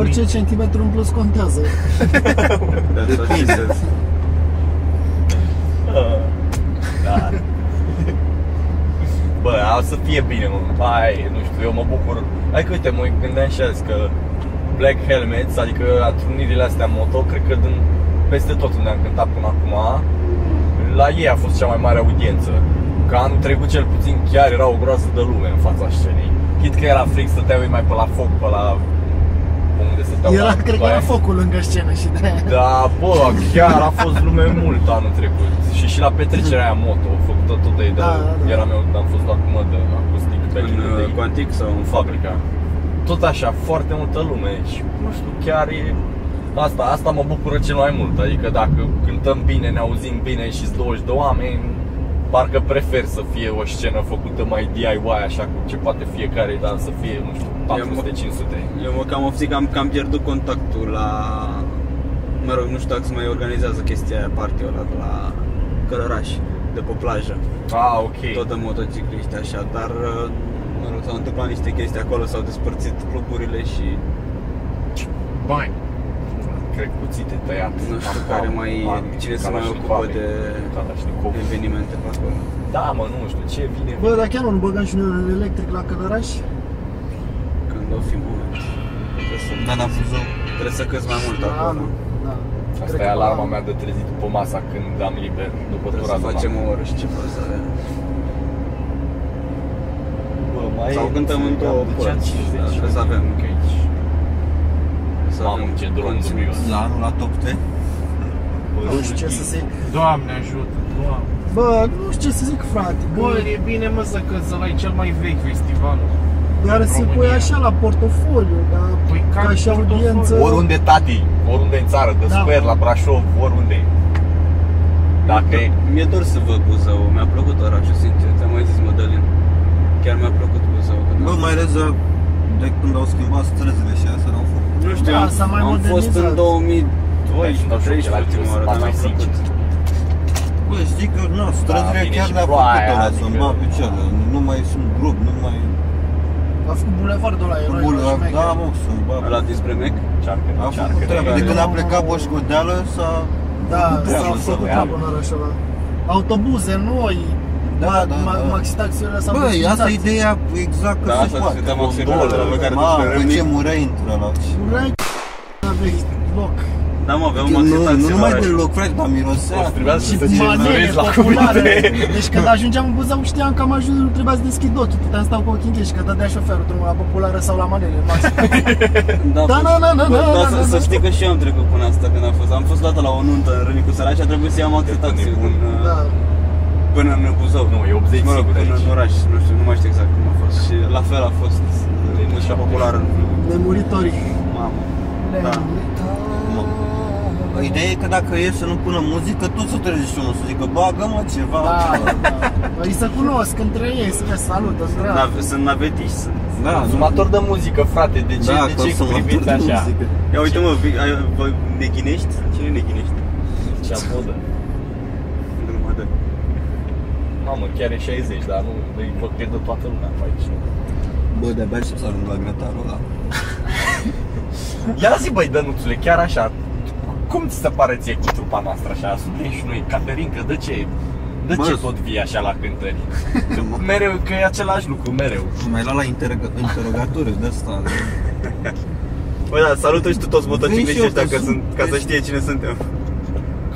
Orice centimetru în plus contează. Da, sau ce Depinde. să- Da. Bă, a să fie bine, mă. Bai, nu știu, eu mă bucur. Adică, uite, mă gândeam și azi că Black Helmets, adică întrunirile astea moto, cred că din, peste tot unde am cântat până acum, la ei a fost cea mai mare audiență. Că anul trecut cel puțin chiar era o groază de lume în fața scenei. Chit că era fric, stăteau ei mai pe la foc, pe la... Unde stăteau Era, la- cred că la era Da, aia. focul lângă scenă și de Da, bă, chiar a fost lume mult anul trecut Și și la petrecerea aia moto, făcută tot de, de Da, da, da. era meu, am fost la mă de acustic pe În de uh, Quantic sau în în Fab. fabrica Tot așa, foarte multă lume și nu știu, chiar e... Asta, asta mă bucură cel mai mult, adică dacă cântăm bine, ne auzim bine și 20 de oameni Parcă prefer să fie o scenă făcută mai DIY, așa cum ce poate fiecare, dar să fie, nu știu, 400-500 Eu mă cam oftic, am, că am pierdut contactul la... Mă rog, nu știu dacă se mai organizează chestia aia, partea ăla de la Călăraș, de pe plajă, Ah, ok tot de motocicliști așa, dar uh, mă rog, s-au întâmplat niște chestii acolo, s-au despărțit cluburile și Bani. Cred cuțite tăiat. nu știu Acum, care mai oameni, cine se mai Kalashnikov, ocupă de Kalashnikov. evenimente pe acolo. Da, mă, nu știu ce vine. Bă, dar chiar nu băgăm și noi un electric la călăraș? Când o fi moment. Trebuie să- Da, da, fuzou. Trebuie să câți mai mult Da, acolo. da. Cred Asta că e alarma da. mea de trezit după masa când am liber, după Trebuie tura să de facem masă. o oră și ceva să Bă, mai Sau e- cântăm în două Deci, părți, deci, da, trebuie să avem- că aici- să Mamă, avem ce drum conținut. dubios. La anul la top 3. Nu știu ce să zic. Doamne ajută, doamne. Bă, nu știu ce să zic, frate. Bă, Bă, e bine mă să căză la e cel mai vechi festival. doar să pui România. așa la portofoliu, dar Păi ca ca și portofoliu. audiență... Oriunde tati, oriunde în țară, de Da. sper, la Brașov, oriunde. Dacă e Mi-e dor să văd Buzău, mi-a plăcut orașul, sincer, ți-am mai zis, Mădălin. Chiar mi-a plăcut Buzău. când Bă, am- mai ales uh, de când au schimbat străzile și astea n-au făcut. Nu știu, Da, am, s-a mai am fost modernizat. în 2012 Hai, ultima oară, la dar mi-a Craiova, plăcut. Bă, știi că, nu, Da, străzile vine chiar și le-a făcut ploaia, ăla, adică- să-mi bag picioarele. Nu mai sunt grup, nu mai... A făcut bulevardul ăla, eroi la Bun, da, șmecher. mă, să-mi bag. Ăla dinspre Mec? Cearcă, A cearcă, făcut treabă. de- De când a Nu, plecat nu. Boșcodeală s-a... Da, Treabă s-a să făcut vedeam. treabă în orașul ăla. Autobuze noi, Da, da, ma- da. maxitaxiurile s-au Băi, desfințat. asta e ideea exact Da, că se asta poate. discutăm acum Gondolă, pe care Mamă, despre ce Râmnic. mură intră la... Urai, aveți loc. Da, mă, aveam Nu, maxim nu, taxi nu în numai oraș. deloc, frate, dar mirosea. O să trebuia să Și te cenzurezi manele la populare. cuvinte. Deci când ajungeam în Buzău știam că am ajuns, nu trebuia să deschid ochii, puteam să stau cu ochii închiși, că dădea șoferul drumul la populară sau la manele, maxim. Da, Da, bă, na, na, na, bă, na, da, na, să- na, Să na. știi că și eu am trecut până asta când am fost. Am fost dată la o nuntă în Rânicu Săraș și a trebuit să iau maxim taxi Nebun. până- Da. până în Buzău. Nu, e 80 Mă rog, sigur până aici. în oraș, nu știu, nu mai știu exact cum a fost. Și la fel a fost uh, muzica populară în Cluj. Nemuritorii. Mamă. Da. Nemuritorii. Ideea e că dacă e să nu pună muzică, tot să trezești unul să zică, bagă mă ceva. Da, da. Îi se cunosc între ei, să salut, între Da. ei. Nav- Da, Sunt navetiști, sunt. da. Consumator de muzică, frate, de ce, Da, de ce consumator priviți de așa? muzică. Ia uite mă, vi- ai- vă neghinești? Cine neghinești? Ce modă. Nu mă dă. Mamă, chiar e 60, dar nu, îi vă pierdă toată lumea pe aici. Bă, de-abia aștept să ajung la grătarul ăla. Ia zi băi, Dănuțule, chiar așa Cum ți se pare ție cu trupa noastră așa? Suntem și noi, Caterinca, de ce? De Bă, ce sunt- tot vii așa la cântări? Că mereu, că e același lucru, mereu Și mai la la interog- interogatoriu de asta. Băi, da, salută și tu toți motocicliștii eu, ăștia, că că sunt- sunt, ca să vezi. știe cine suntem.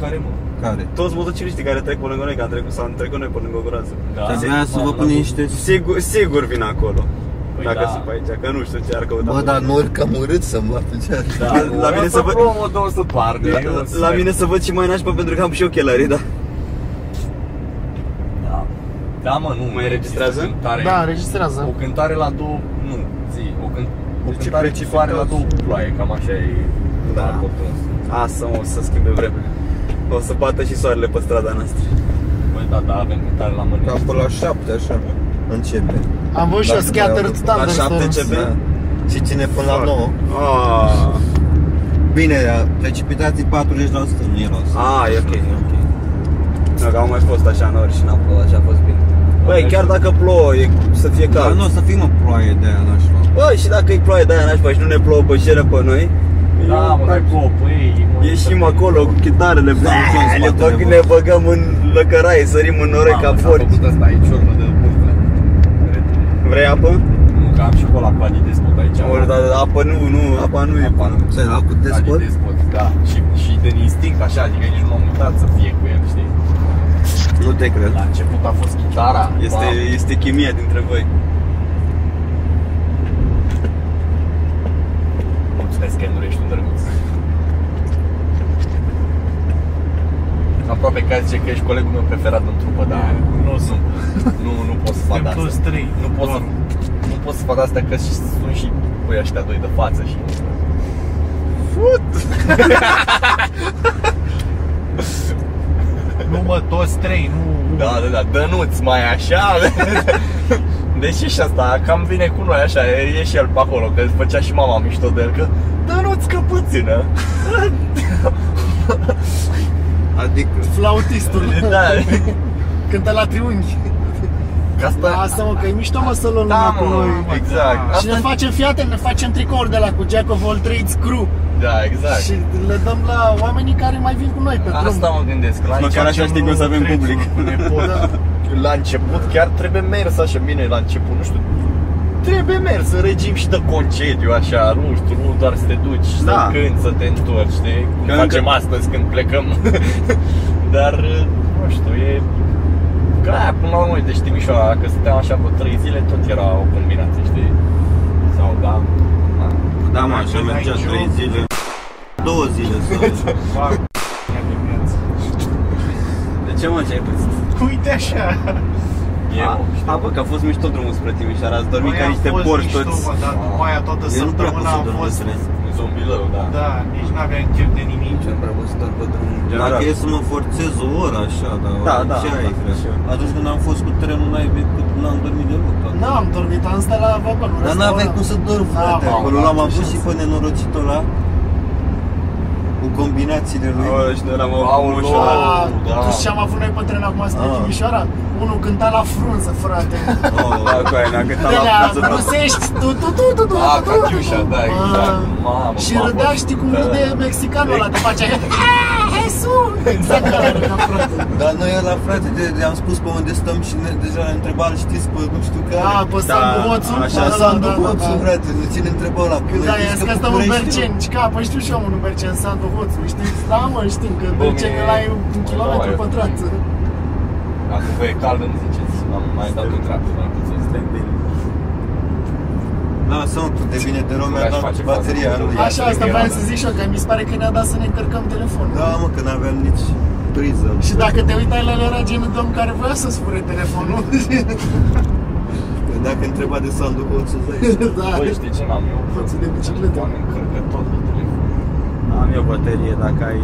Care mă? Care? Toți motocicliștii care trec pe lângă noi, că am trecut, s-am trecut noi pe lângă o groază. Da, Trebuia să vă pun niște... Sigur, sigur vin acolo. Păi Dacă da. sunt pe aici, că nu știu ce ar căuta. Bă, dar nu oricam urât să-mi bat în ceea ce... da, la mine să vă- Promo 200 toarne, La, eu la, sunt- la mine să văd și mai nașpa pentru că am și ochelari, da. Da, da mă, nu, Mai registrează? este o cântare- Da, O înregistrează. cântare la două, nu, zi, o, cânt, o Deci cântare cu soare la două cu ploaie, cam așa e Da. raportul ăsta. Asta mă, o să schimbe vremea. O să bată și soarele pe strada noastră. Băi, da, da, avem cântare la mână Cam pe la șapte, așa. Începe. Am văzut și eu Da, Dacă Scattered mai au- la șapte Thunderstorms. ce- Da. Și ține până la 9. Ah, Bine, precipitații 40%, nu e rost. ah, e ok, e ok. Da, că au mai fost așa nori și n-a plouat și a fost bine. Băi, chiar dacă plouă, e să fie Da, Dar cald. nu o să fie mă ploaie de aia nașpa. Băi, și dacă e ploaie de aia nașpa și nu ne plouă pe șeră pe noi, Da, mă, practic, dacă o, păi, mă, Ieșim să- acolo cu chitarele, bă, Ah, da, în ne, spatele, băg, bă. ne băgăm în lăcăraie, sărim în noroi ca fort. porci. asta aici, urmă de burtă. Vrei apă? Nu, că am și pe ăla cu Adi Despot aici. Ori, dar da, apă nu, nu, apa nu e Apa nu. Să era cu despot? Adi Despot, da. Și, și din instinct, așa, adică nici nu m-am uitat să fie cu el, știi? Nu te La cred. început a fost chitara. Este, mamă. este chimia dintre voi. Mulțumesc, Ken, ești un drăguț. Aproape că zice că ești colegul meu preferat în trupă, dar Nu o să- nu, nu pot să fac Suntem asta. toți trei. Nu pot să, nu pot să fac asta că și- sunt și cu ăștia doi de față și Nu mă, toți trei, nu... Da, da, da, Dănuț, mai așa Deși și asta, cam vine cu noi așa, e, e și el pe acolo, că îți făcea și mama mișto de el, că Dănuț, că puțină Adică... Flautistul. Da, Cântă la triunghi. Că asta... Asta mă, că e mișto mă să luăm Da, numai cu noi. mă, exact. da. Și ne Asta... facem, fiate, ne facem tricouri de la cu Jack of all trades crew Da, exact. și le dăm la oamenii care mai vin cu noi pe drum. Asta mă gândesc. La Măcar așa știi cum să avem public. Da. la început chiar trebuie mers așa bine la început, nu știu. Trebuie mers în regim și de concediu, așa, nu știu, nu doar să te duci, Da. să cânti, să te întorci, știi? Cum Că încă- facem astăzi când plecăm. Dar, nu știu, e... Că aia, până la urmă, deci Timișoara, dacă stăteam așa pe 3 zile, tot era o combinație, știi? Sau, da, na. Da, mă, așa mergea Aici, 3 zile. Două zile sau... Fac de viață. De ce mă, ce ai pățit? Uite așa. e, A, a, bă, că a fost mișto drumul spre Timișoara, ați dormit Băi, ca a niște fost porci mișto, toți. mă, Dar după aia toată Eu nu prea pot săptămâna să am dorm fost... să ne zombilău, da. Da, nici n-aveam chef de nimic. Nici nu prea pot să dorm pe drum. General. Dacă e să mă forțez o oră așa, dar Da, oare da, ce da, ai, frate? și eu. Atunci când am fost cu trenul naibii, cât n-am dormit deloc. frate. N-am dormit, Da, am stat la vagon. Dar n-aveai cum să dormi, frate, Da, mă, acolo da, l-am ce avut și șansă. pe nenorocitul ăla cu combinațiile lui. Bă, și noi l-am avut Aoleu. cu ușa. A, Da. tu și am avut noi pe tren acum spre Ah. Timișoara? Unul cânta la frunză, frate. Oh, Da, cu aia, ne-am De cântat la la față, bro. brusești, tu, tu, tu, tu, tu, tu, tu, A, tu, Catiușa, tu. da, Mă, exact. Mamă, Și mamă. râdea, știi cum Da. râde mexicanul ăla, te face Jesus! Exact ăla râdea, frate. dar noi la frate, de, de-am spus pe unde stăm și ne, deja ne întreba, "Îl știți pe nu știu care. Da, pe Sandu Hoțu. da, Așa, da, da, sunt da, da, da, da. frate, ne țin întrebau la Că Da, e București, că stăm în București, Berceni, și capă, știu și eu unul Berceni, Sandu Hoțu, știi? Da, mă, știm că Bă, Berceni mie- ăla e un mă, kilometru da, pătrat. Dacă vă e cald, îmi ziceți. Am mai dat o treaptă, mai puțin. Da, sau tu de bine de rău mi-a Aș dat face bateria față. lui. Ia, Așa, asta era, vreau da. să zic și eu, că mi se pare că ne-a dat să ne încărcăm telefonul. Da, mă, că n-aveam nici priză. Și dacă te uitai la el, era genul de om care voia să spune telefonul. Că dacă întreba de Sandu Hoțu, zici. da. Băi, știi ce n-am eu? Față de bicicletă. Am încărcător de telefon. Am eu baterie, dacă ai...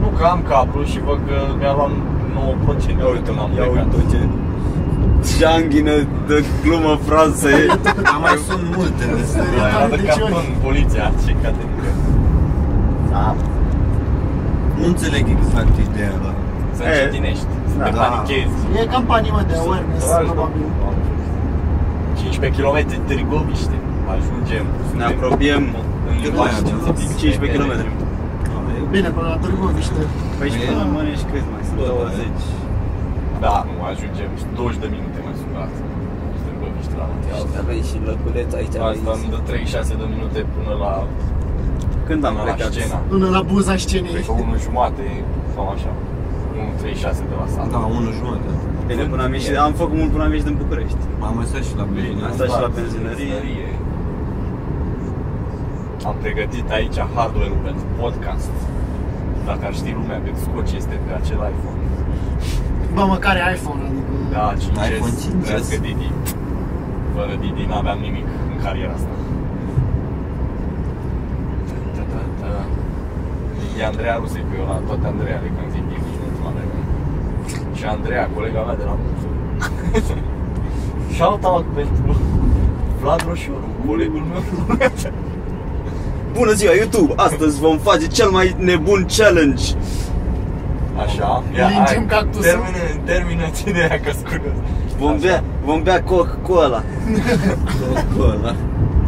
Nu că am cablu și văd că mi-a luat 9% Ia de uite, când am ia plecat. uite ce... Janghină de glumă franță e. Am mai sunt multe Da, de Da, Era de Deci carton, eu- poliția, ce cade Da, Nu înțeleg exact ideea, dar... să E, încetinești, să te Eh, da. panichezi. E campanie mă de awareness, Tragi, da. probabil. 15 km de Târgoviște, ajungem. Ne apropiem. În Cât Lipaș, mai avem? 15 15 km. Bine, până la Târgu Niște. Păi și Bine. până mănânci cât mai sunt? Bă, 20. Da, nu, ajungem. 20 de minute mai sunt gata. Târgoviște la Matialta. Aveai și lăculeț aici, Asta îmi dă 36 de minute până la, Când am până la plecat? scena. Până la buza Cred scenei. că 1 jumate sau așa. 136 de la sală. Da, unul jumătate. Bine, Păi până am ieșit, am făcut mult până am ieșit din București. Am mai stat și la Berlin. Asta și la benzinărie. Am pregătit aici hardware-ul pentru podcast. Dacă ar ști lumea cât scoci este pe acel iPhone. Bă, măcar iPhone, adică... Da, 5S, iPhone 5S. Trească Didi. Fără Didi n-aveam nimic în cariera asta. Da, da, da. E Andreea Rusei pe eu la toate Andreea, le când zic Didi, nu mă aleg. Și Andreea, colega mea de la Musul. Shout out pentru Vlad Roșiuru, colegul meu. Bună ziua YouTube! Astăzi vom face cel mai nebun challenge! Așa, Lingem cactusul. termină, termină ține aia că scură. Vom Așa, bea, vom bea Coca-Cola! Coca-Cola!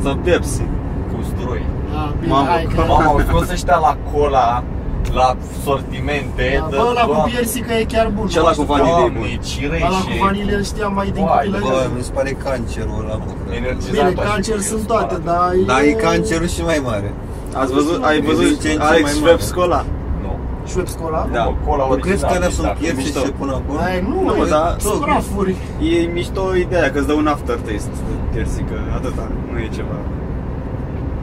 Sau Pepsi! Cu usturoi. Da, bine, Mamă, hai că... Mamă, au scos ăștia la cola, la sortimente. Da, Bă, ăla cu piersică e chiar bun. Și ăla cu vanilie e bun. cireșe. Ăla cu vanilie știam mai din Uai, Bă, copilărie. mi se pare cancerul ăla, mă. frate. Energizant. Bine, cancer sunt toate, da. dar Da. Dar e cancerul și mai mare. Ați văzut, ai văzut Deci, ce Alex mai Schweppes mare. scola? Nu. Schweppes Cola? Da. Bă, Cola Bă, crezi că original, alea deci sunt dacă piept și mișto. se pun acolo? Ai, nu, Da, Nu, nu, dar- e sunt prafuri. E mișto ideea că îți dă un aftertaste de piersică, atâta, nu e ceva.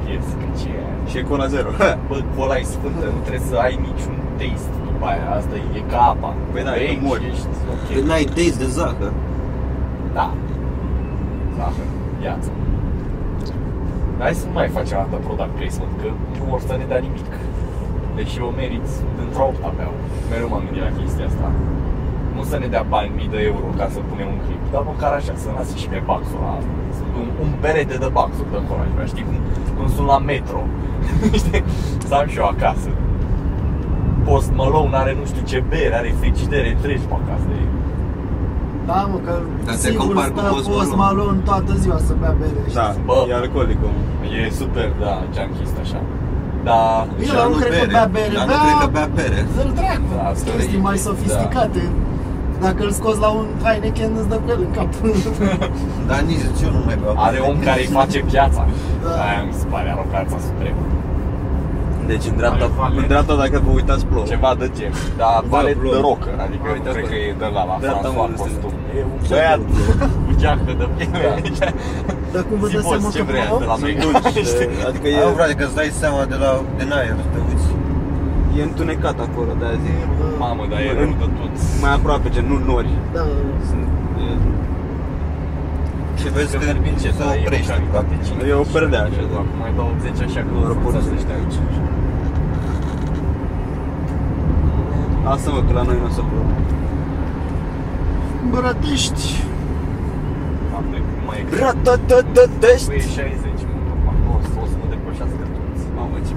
Piersică, ce e aia? Și e cola zero. Bă, cola e sfântă, nu trebuie să ai niciun taste după aia. Asta e ca apa. Păi da, Bei că mori. Păi și Ești, Că ok. n-ai taste de zahăr. Da. Zahăr, viață. Dar Hai să nu mai facem altă product placement, că nu vor să ne dea nimic. Deși eu merit într-o opta pe Mereu m-am gândit la chestia asta. Nu să ne dea bani, mii de euro ca să punem un clip, dar măcar așa, să lase și pe baxul la un, un perete de baxuri de acolo, aș vrea, știi, cum, cum sunt la metro, știi, să am și eu acasă. Post Malone are nu știu ce bere, are frigidere întregi pe acasă, e Da, mă, că Dar te singur compari cu stă Post cu Post Malone. Malone toată ziua să bea bere știi? Da, Bă. e alcoolic omul. E super, da, junkie așa. Dar Eu Și dar nu nu cred că bere. bea bere, Dar nu bea- cred că bea bere. Dă-l dracu, Da, asta chestii e. mai sofisticate Dacă îl scoți la un Heineken, îți dă cu el în cap Dar nici eu nu mai beau are om care îi face piața. Da. Aia mi se pare aroganța supremă. Deci în Are dreapta, vale. în dreapta dacă vă uitați plouă. Ceva de gen, dar Da, vale bro. de rocă, adică Uite, cred bă. că e de la la Da, da, mă, François costum. Da. E un Da, băiat bro. cu geacă de piele. Dar cum vă Zi dați seama poți ce că vrei, plouă? de la Sunt mega. dulci, de- adică Eu e, vreau că îți dai seama de la din aer, te uiți. e întunecat acolo, de azi e Mamă, dar e rău de tot. mai aproape, gen, nu nori. Da, Sunt, Și vezi că ce să oprești. practic. E o perdea, așa, da. Acum mai dau 10 așa că Aeroportul. să ăștia aici. e, lasă-mă că la noi nu o să plouă. Brătești Am plecat mai e greu. Cu e Ratatatești! 60, mă, normal. Nu, o să- o să mă depășească toți. Mamă, ce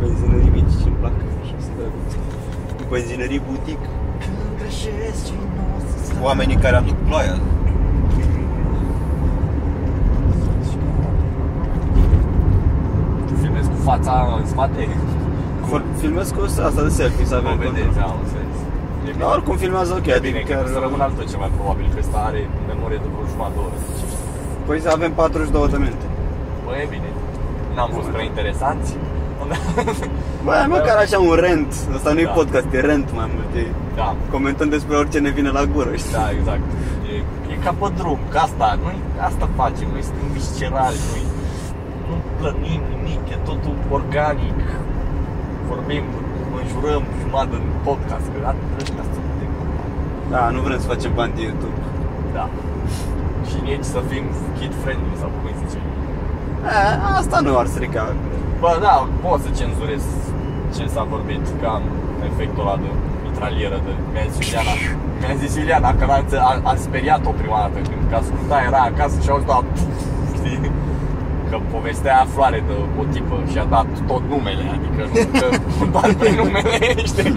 benzinării mici ce-mi plac. Așa să Benzinării butic. Oamenii care aduc ploaia. Filmez cu fața în spate. Fol- Filmez cu asta, asta de selfie, să Vă avem vedeți, control. am înțeles. E bine. Dar oricum filmează ok, E bine, adică că o să rămână altă ceva probabil, că ăsta are memorie de vreo jumătate de oră. să știi. Păi avem 42 de minute. Bă, e bine. N-am fost prea interesanți. Bă, măcar așa un rent. Asta nu e Da. podcast, e rent mai mult. E... Da, Comentăm despre orice ne vine la gură, știi? Da, exact. E, e ca pe drum, ca asta, noi asta facem, noi suntem viscerali, noi nu plănim nimic, e totul organic. Vorbim, înjurăm jumătate în podcast, că atât asta de Da, nu vrem să facem bani din YouTube. Da. Și nici să fim kid friendly sau cum îi zice. A, asta nu ar strica. Bă, da, pot să cenzurez ce s-a vorbit, că am efectul ăla de mitralieră de mi-a zis Iuliana, mi-a zis Iuliana că l-a- a, a speriat-o prima dată când că asculta era acasă și a auzit doar știi? Că povestea floare de o tipă și a dat tot numele, adică nu că doar pe numele, știi?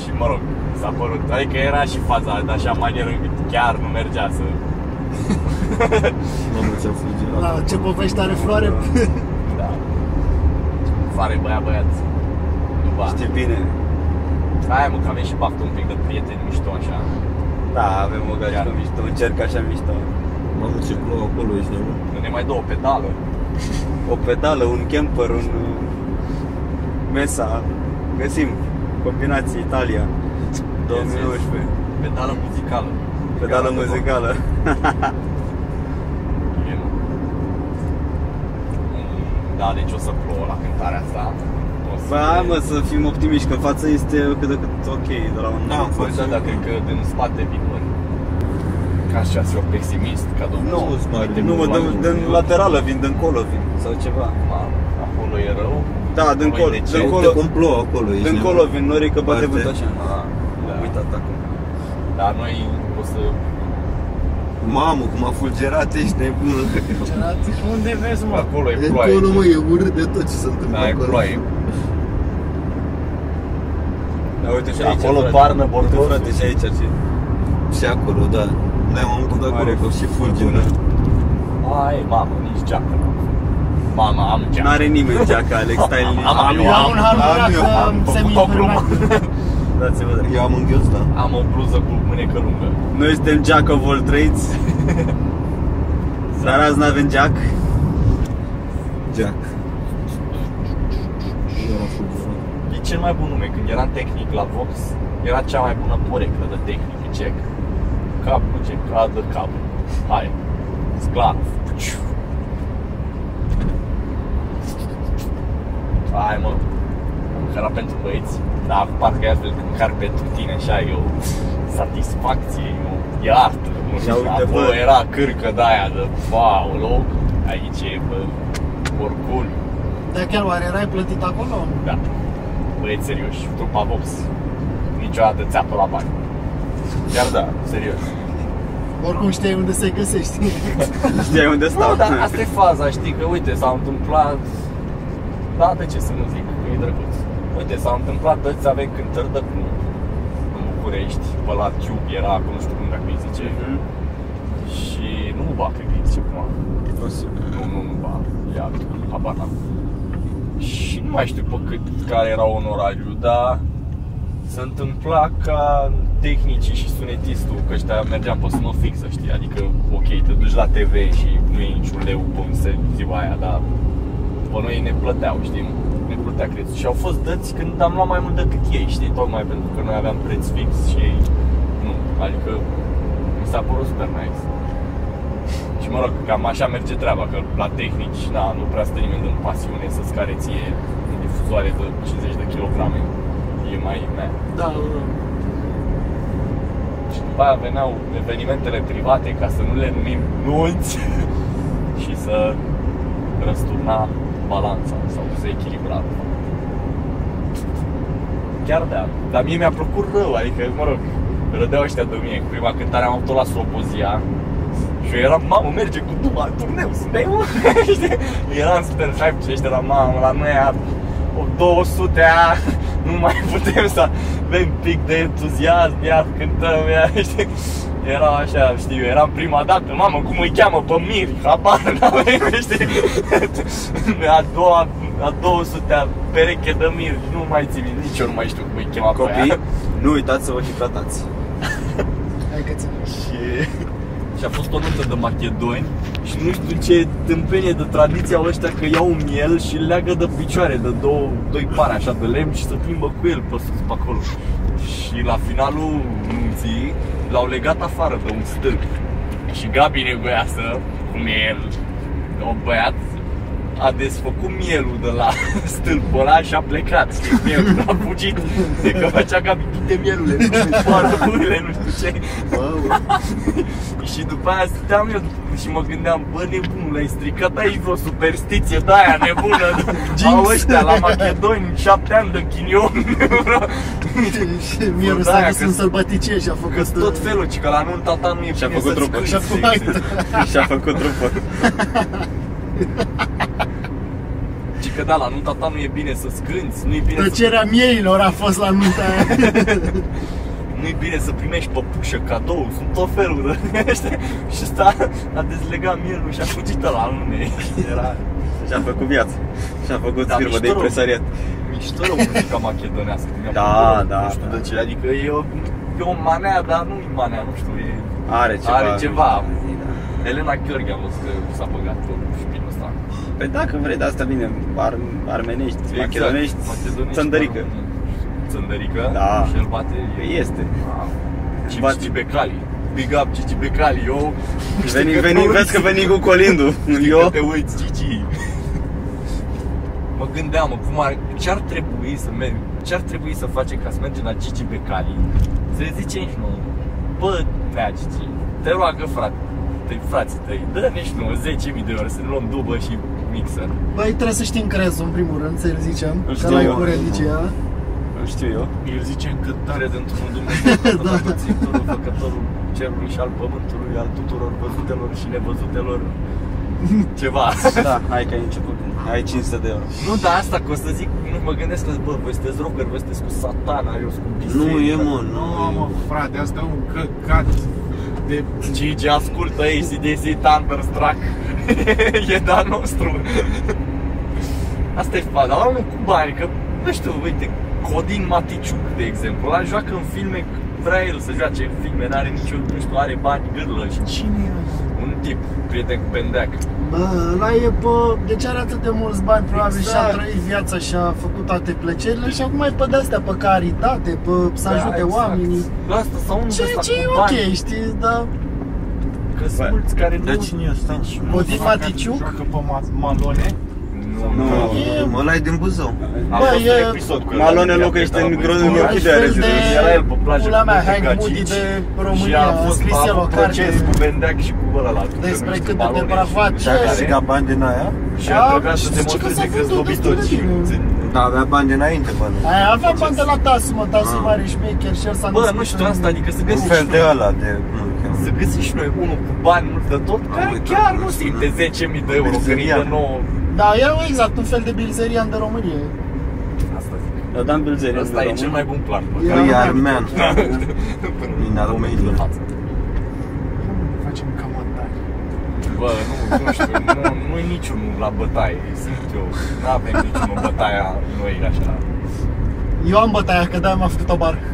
și mă rog, s-a părut, adică era și faza, dar așa în manieră încât chiar nu mergea să... Mamă, ce-a fugit. la ce povești are floare Da. Fare băiat, băiat. După aia. Știi bine. Hai mă, că avem și baftă un pic de prieteni mișto așa Da, avem o Chiar. gașcă mișto, un cerc așa mișto. Mamă, ce plouă acolo, ești nebun. Nu ne mai dă o pedală O pedală, un camper, un... uh, Mesa. Găsim. Combinații Italia. 2019. Pedală muzicală Pedală Gata, muzicală. bă. E, mă. Da, deci o să plouă la cântarea asta O să Ba, mă, să fim optimiști, că fața este cât de cât ok de la un Da, moment. bă, da, dar cred că din spate vin mă Ca așa, să fiu pesimist, ca domnul Nu, Nu-ți mai- Uite, nu mă, la- dăm, dăm laterală, vin, dăm colo, vin, sau ceva. Mamă, Acolo e rău Păi, Da, dăm Acolo e colo, de ce? dăm Uite colo, cum plouă deci, acolo, ești dăm nebun. colo, vin, nori că bate Parte. vântul așa. Ah, Am da. uitat acum. Dar noi o să Mamă, cum a fulgerat, ești nebun. Cerat Unde vezi, mă? Acolo e E ploaie Acolo, mă, e urât de tot ce se întâmplă Da, e acolo. ploaie Da, uite și Acolo aici, frate. parnă bortof. Uite, frate, și aici, ce Și acolo, da. Ne-am amutat Are acolo că și fulgeră. Ai, mamă, nici geacă n-am. Mama, am geacă. N-are nimeni geaca, Alex, stai Am, liniștit. am, Eu am un am eu, halurat am făcut o glumă. Dați-vă de- Eu am înghios, da. Am o bluză cu mânecă lungă. Noi suntem Jack of all trades. Dar azi n-avem Jack. Jack. Și era fulgerat. E cel mai bun nume. Când eram tehnic la Vox, era cea mai bună poreclă de tehnic. Cec. Cap, nu cec, adă cap. Hai. Sclav. Hai, mă. Era pentru băieți, dar parcă e altfel când car pentru tine, așa, e o satisfacție, e o e artă. nu știu, Ia uite, acolo bă. era cârcă de aia de, wow, aici e, bă, orgoliu. Dar chiar oare erai plătit acolo? Da. Băieți serioși, trupa Vox. Niciodată țeapă la bani. Chiar da, serios. Oricum știai unde să-i găsești Știai unde stau? Nu, dar da, asta e faza, știi, că uite, s-a întâmplat... Da, de ce să nu zic, că e drăguț. Uite, s-a întâmplat, toți avem cântări de club în București, pe la Tube era, acum nu știu cum dacă îi zice. Și nu ba, cred că îi zice acum. Nu, nu, nu, ba, ia, habar n-am. Și nu mai știu pe cât care era un orariu, dar se întâmpla ca tehnicii și sunetistul, că ăștia mergeam pe sună fixă, știi, adică, ok, te duci la TV și nu e niciun leu pe set ziua aia, dar pe noi ne plăteau, știi, ne plătea cred. Și au fost dăți când am luat mai mult decât ei, știi, tocmai pentru că noi aveam preț fix și ei nu, adică mi s-a părut super nice. Și mă rog, cam așa merge treaba, că la tehnici, na, nu prea stă nimeni în pasiune să-ți care ție o difuzoare de 50 de kilograme. E mai mea. Da, da, da. Și după aia veneau evenimentele private, ca să nu le numim nunți și să răsturna balanța sau să echilibra. Chiar da, dar mie mi-a plăcut rău, adică, mă rog, râdeau ăștia de mine. Prima cântare am avut-o la Sopozia și eu eram, mamă, merge cu Duma, turneu, sunt eu, Știi? Eram super hype și ăștia, la mamă, la noi a o 200 -a, nu mai putem să avem pic de entuziasm, ia cântăm, ia, știi? Era așa, știu, eu, eram prima dată, mamă, cum îi cheamă pe Miri, habar n-avem, știi? A doua, a 200 -a pereche de Miri, nu mai țin minte, nici eu nu mai știu cum îi chema pe Copii, aia. nu uitați să vă hidratați. Hai că ține. Și... Și a fost o nuntă de macedoni și nu știu ce tâmpenie de tradiția au ăștia că iau miel și îl leagă de picioare, de două, doi pare așa de lemn și se plimbă cu el pe sus, pe acolo. Și la finalul nunții l-au legat afară de un stâlp. Și Gabi Negoiasă, cum e el, o băiat, a desfăcut mielul de la stâlpul ăla și a plecat, știi, mielul a fugit, de că făcea Gabi, du-te mielule, nu știu, poară burile, nu știu ce. Și după aia stăteam eu și mă gândeam, bă nebun, l-ai stricat aici vreo superstiție de aia nebună Au ăștia la Macedoni, șapte ani de chinion Și Mierul Bă, da, s-a dus că- în sălbaticie și a făcut... uh, Că tot felul, ci că la nunta ta nu e Și-a bine făcut să-ți trupă. cânti, Și-a știi? făcut- Și-a făcut trupă. Ci că da, la nunta ta nu e bine să-ți cânti, nu e Deci bine să Tăcerea mieilor a fost la nunta aia. nu-i bine să primești păpușă, cadou, sunt tot felul de știi? Și sta a dezlegat mielul și a fugit la lume. Era Și-a făcut viață. Și-a făcut Da, firmă de mișto rău. impresariat. mișto rău muzica macedonească. mi-a Da, plăcut rău, da, Nu știu da. de ce, adică e o, e o manea, dar nu e manea, nu știu, e... Are ceva. Are ceva. Elena Gheorghe am văzut că s-a băgat pe șpinul ăsta. Păi dacă vrei, de asta bine, ar, armenești, Exact. macedonești, Macedonești, țăndărică. Exact, da. Țăndărică? Da. Și el bate... Că este. Wow. Bate- Cici Becali. Big up Cici Becali, eu... Veni, veni, vezi că veni cu colindu. Eu Eu? te uiți, Gigi. Mă gândeam, mă, cum ar, ce ar trebui să merg, ce ar trebui să facem ca să mergem la Gigi Becali? Să le zicem și nouă, bă, nea Gigi, te roagă frate, te frații tăi, dă-ne și nouă 10.000 de ori să ne luăm dubă și mixer. Băi, trebuie să știm crezul, în primul rând, să-l zicem. Îl Că știu la eu. cu religia. Nu știu eu. Îl zicem cât tare Cred într-un Dumnezeu, da. Pățitorul, făcătorul cerului și al pământului, al tuturor văzutelor și nevăzutelor. Ceva. Da, hai că ai început. Ai 500 de euro. Nu, dar asta că o să zic, nu mă gândesc că, bă, voi sunteți rocker, voi sunteți cu satana, eu sunt cu biserica. Nu e, da. mă, Nu, nu e. mă, frate, asta e un căcat de... Gigi ascultă ACDC Thunderstruck E de-al nostru Asta e faza, la unul cu bani, că nu știu, uite, Codin Maticiuc, de exemplu, ăla joacă în filme, vrea el să joace în filme, n-are niciun, nu știu, are bani, gârlă și cine e un tip, prieten cu pendeac Bă, ăla e, bă, deci are atât de mulți bani, probabil Exact. și-a trăit viața și-a făcut toate plăcerile și acum e pe de-astea, pe caritate, pe să ajute oamenii. Asta exact. sau unul Ce, ăsta ce e cu Da, ok, Exact. bani, știi, da? dar că sunt Bă, mulți care nu... Dar cine e asta? Codin Exact. Căcat Maticiuc? Joacă pe ma- malone Nu, Nu. nu, Ăla e din Buzău. Am Bă, fost e- un episod cu el, Malone la locuiește Piatra în Băieți. gro- în Bă, ochii de Altfel regi, de- Era el pe plajă Pula cu mea, Luca Hank Moody Cici de Și România, a fost scris el a o avut carte proces cu Bendeac și cu ăla la despre cât de depravat depravat și Dacă Care? se ia bani din aia? Și a Da, trebuit și să zice că demonstreze s-a că sunt vândut destul de dobitoci bine. Da, avea bani dinainte, bani. Aia avea bani de la Tasu, mă, Tasu Ah. mare șmecher și el s-a Bă, născut nu știu în- asta, adică să Un găsim fel și de noi, ăla de... nu, că- să găsim și noi unul cu bani mulți de tot Care uitat, chiar mă, nu sună. simte 10.000 de euro, că nici Berzeria. de nouă Da, e exact un fel de bilzerian de Românie. Asta zic Eu Dan Bilzerian. Ăsta e român. cel mai bun plan. bă. Ia. We are men. Din În Armenia. față. Facem comandare. Bă, nu, nu știu, nu, nu e niciunul la bătaie, sunt eu. Nu avem niciunul bătaia noi așa. Eu am bătaia, că de-aia m-a făcut o barcă.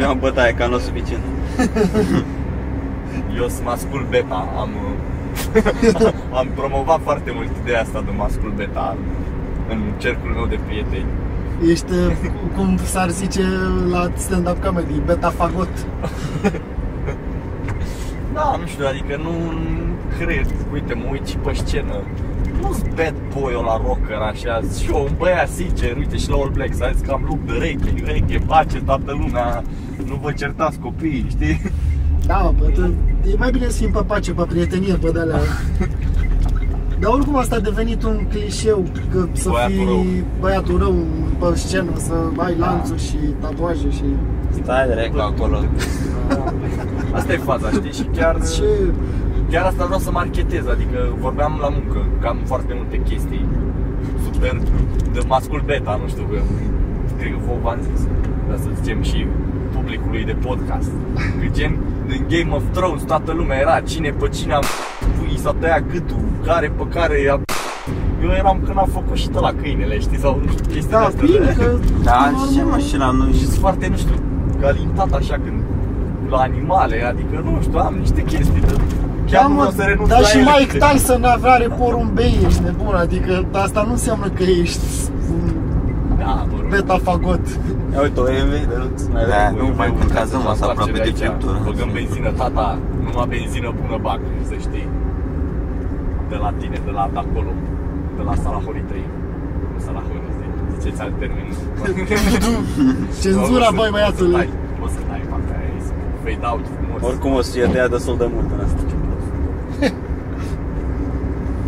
Eu am bătaie, că am luat suficient. Eu sunt mascul beta, am, uh, am promovat foarte mult ideea asta de mascul beta în cercul meu de prieteni. Ești, uh, cu- cum s-ar zice la stand-up comedy, betafagot. Da, nu știu, adică nu cred. Uite, mă uit și pe scenă. Nu-s bad boy la rocker așa, sunt și eu un băiat sincer, uite și la All Blacks, a zis că am lupt de reche, reche, pace, toată lumea, nu vă certați copiii, știi? Da, mă, bă, tu- e mai bine să fim pe pace, pe prietenie, pe de-alea. Dar oricum asta a devenit un clișeu, că să Băiatul fii rău. Da. băiatul rău pe scenă, să ai lanțuri și tatuaje și... Stai direct la acolo. Asta e faza, știi? Și chiar, Ce Da, chiar asta vreau să marchetez, adică vorbeam la muncă, că am foarte multe chestii super de mascul beta, nu știu, că cred că vă v-am zis, dar să zicem și publicului de podcast. Că gen, în Game of Thrones toată lumea era cine pe cine am pui, s-a tăiat gâtul, care pe care a eu eram când am făcut și de la câinele, știi, sau nu știu, chestia Da, bine că... Da, normal, și ce mă și la și noi? sunt foarte, nu știu, galintat așa când la animale, adică nu știu, am niște chestii de... Chiar da, nu vreau mă, să renunț dar la și ele, Mike știi? Tyson avea porumbei, ești nebun, adică asta nu înseamnă că ești un Da, mă rog. betafagot. Ia uite, o EMV de lux. Mai Da, avem. nu mai uite, încazăm să asta facem aproape de aici. friptură. Băgăm benzină, tata, numai benzină bună bag, să știi. De la tine, de la de acolo, de la Salahorii 3. Nu Salahorii 3, ziceți alt termen. Cenzura, băi, băiatule. O să tai, partea aia, e fade out frumos. Oricum o să ia destul de mult în asta.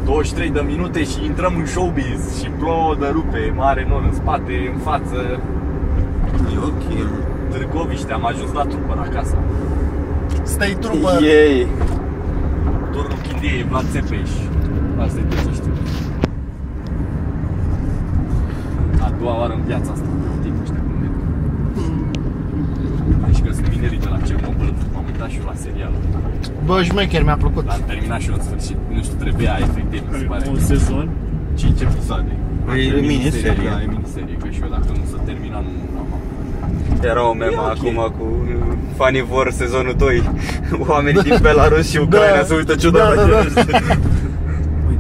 23 de minute și intrăm în showbiz și plouă de rupe, mare nor în spate, în față, E ok. Târgoviște, am ajuns la trupă acasă. Stai trupă. Ei, Dorul Chindiei, Vlad Țepeș. Asta e tot ce știu. A doua oară în viața asta, tipul ăștia cum merg. Hai și că sunt tinerii de la Cernobâl, m-am uitat și eu la serial. Bă, șmecher, mi-a plăcut. L-am terminat și eu în sfârșit, nu știu, trebuia efectiv, mi se pare. sezon? 5 episoade. Păi, E miniserie. Da, e miniserie, că și eu dacă nu se termina, nu am era o E memă ok. acum cu uh, fanii vor sezonul 2. Oamenii din Belarus și Ucraina Da. se uită ciudat Da, la da, da,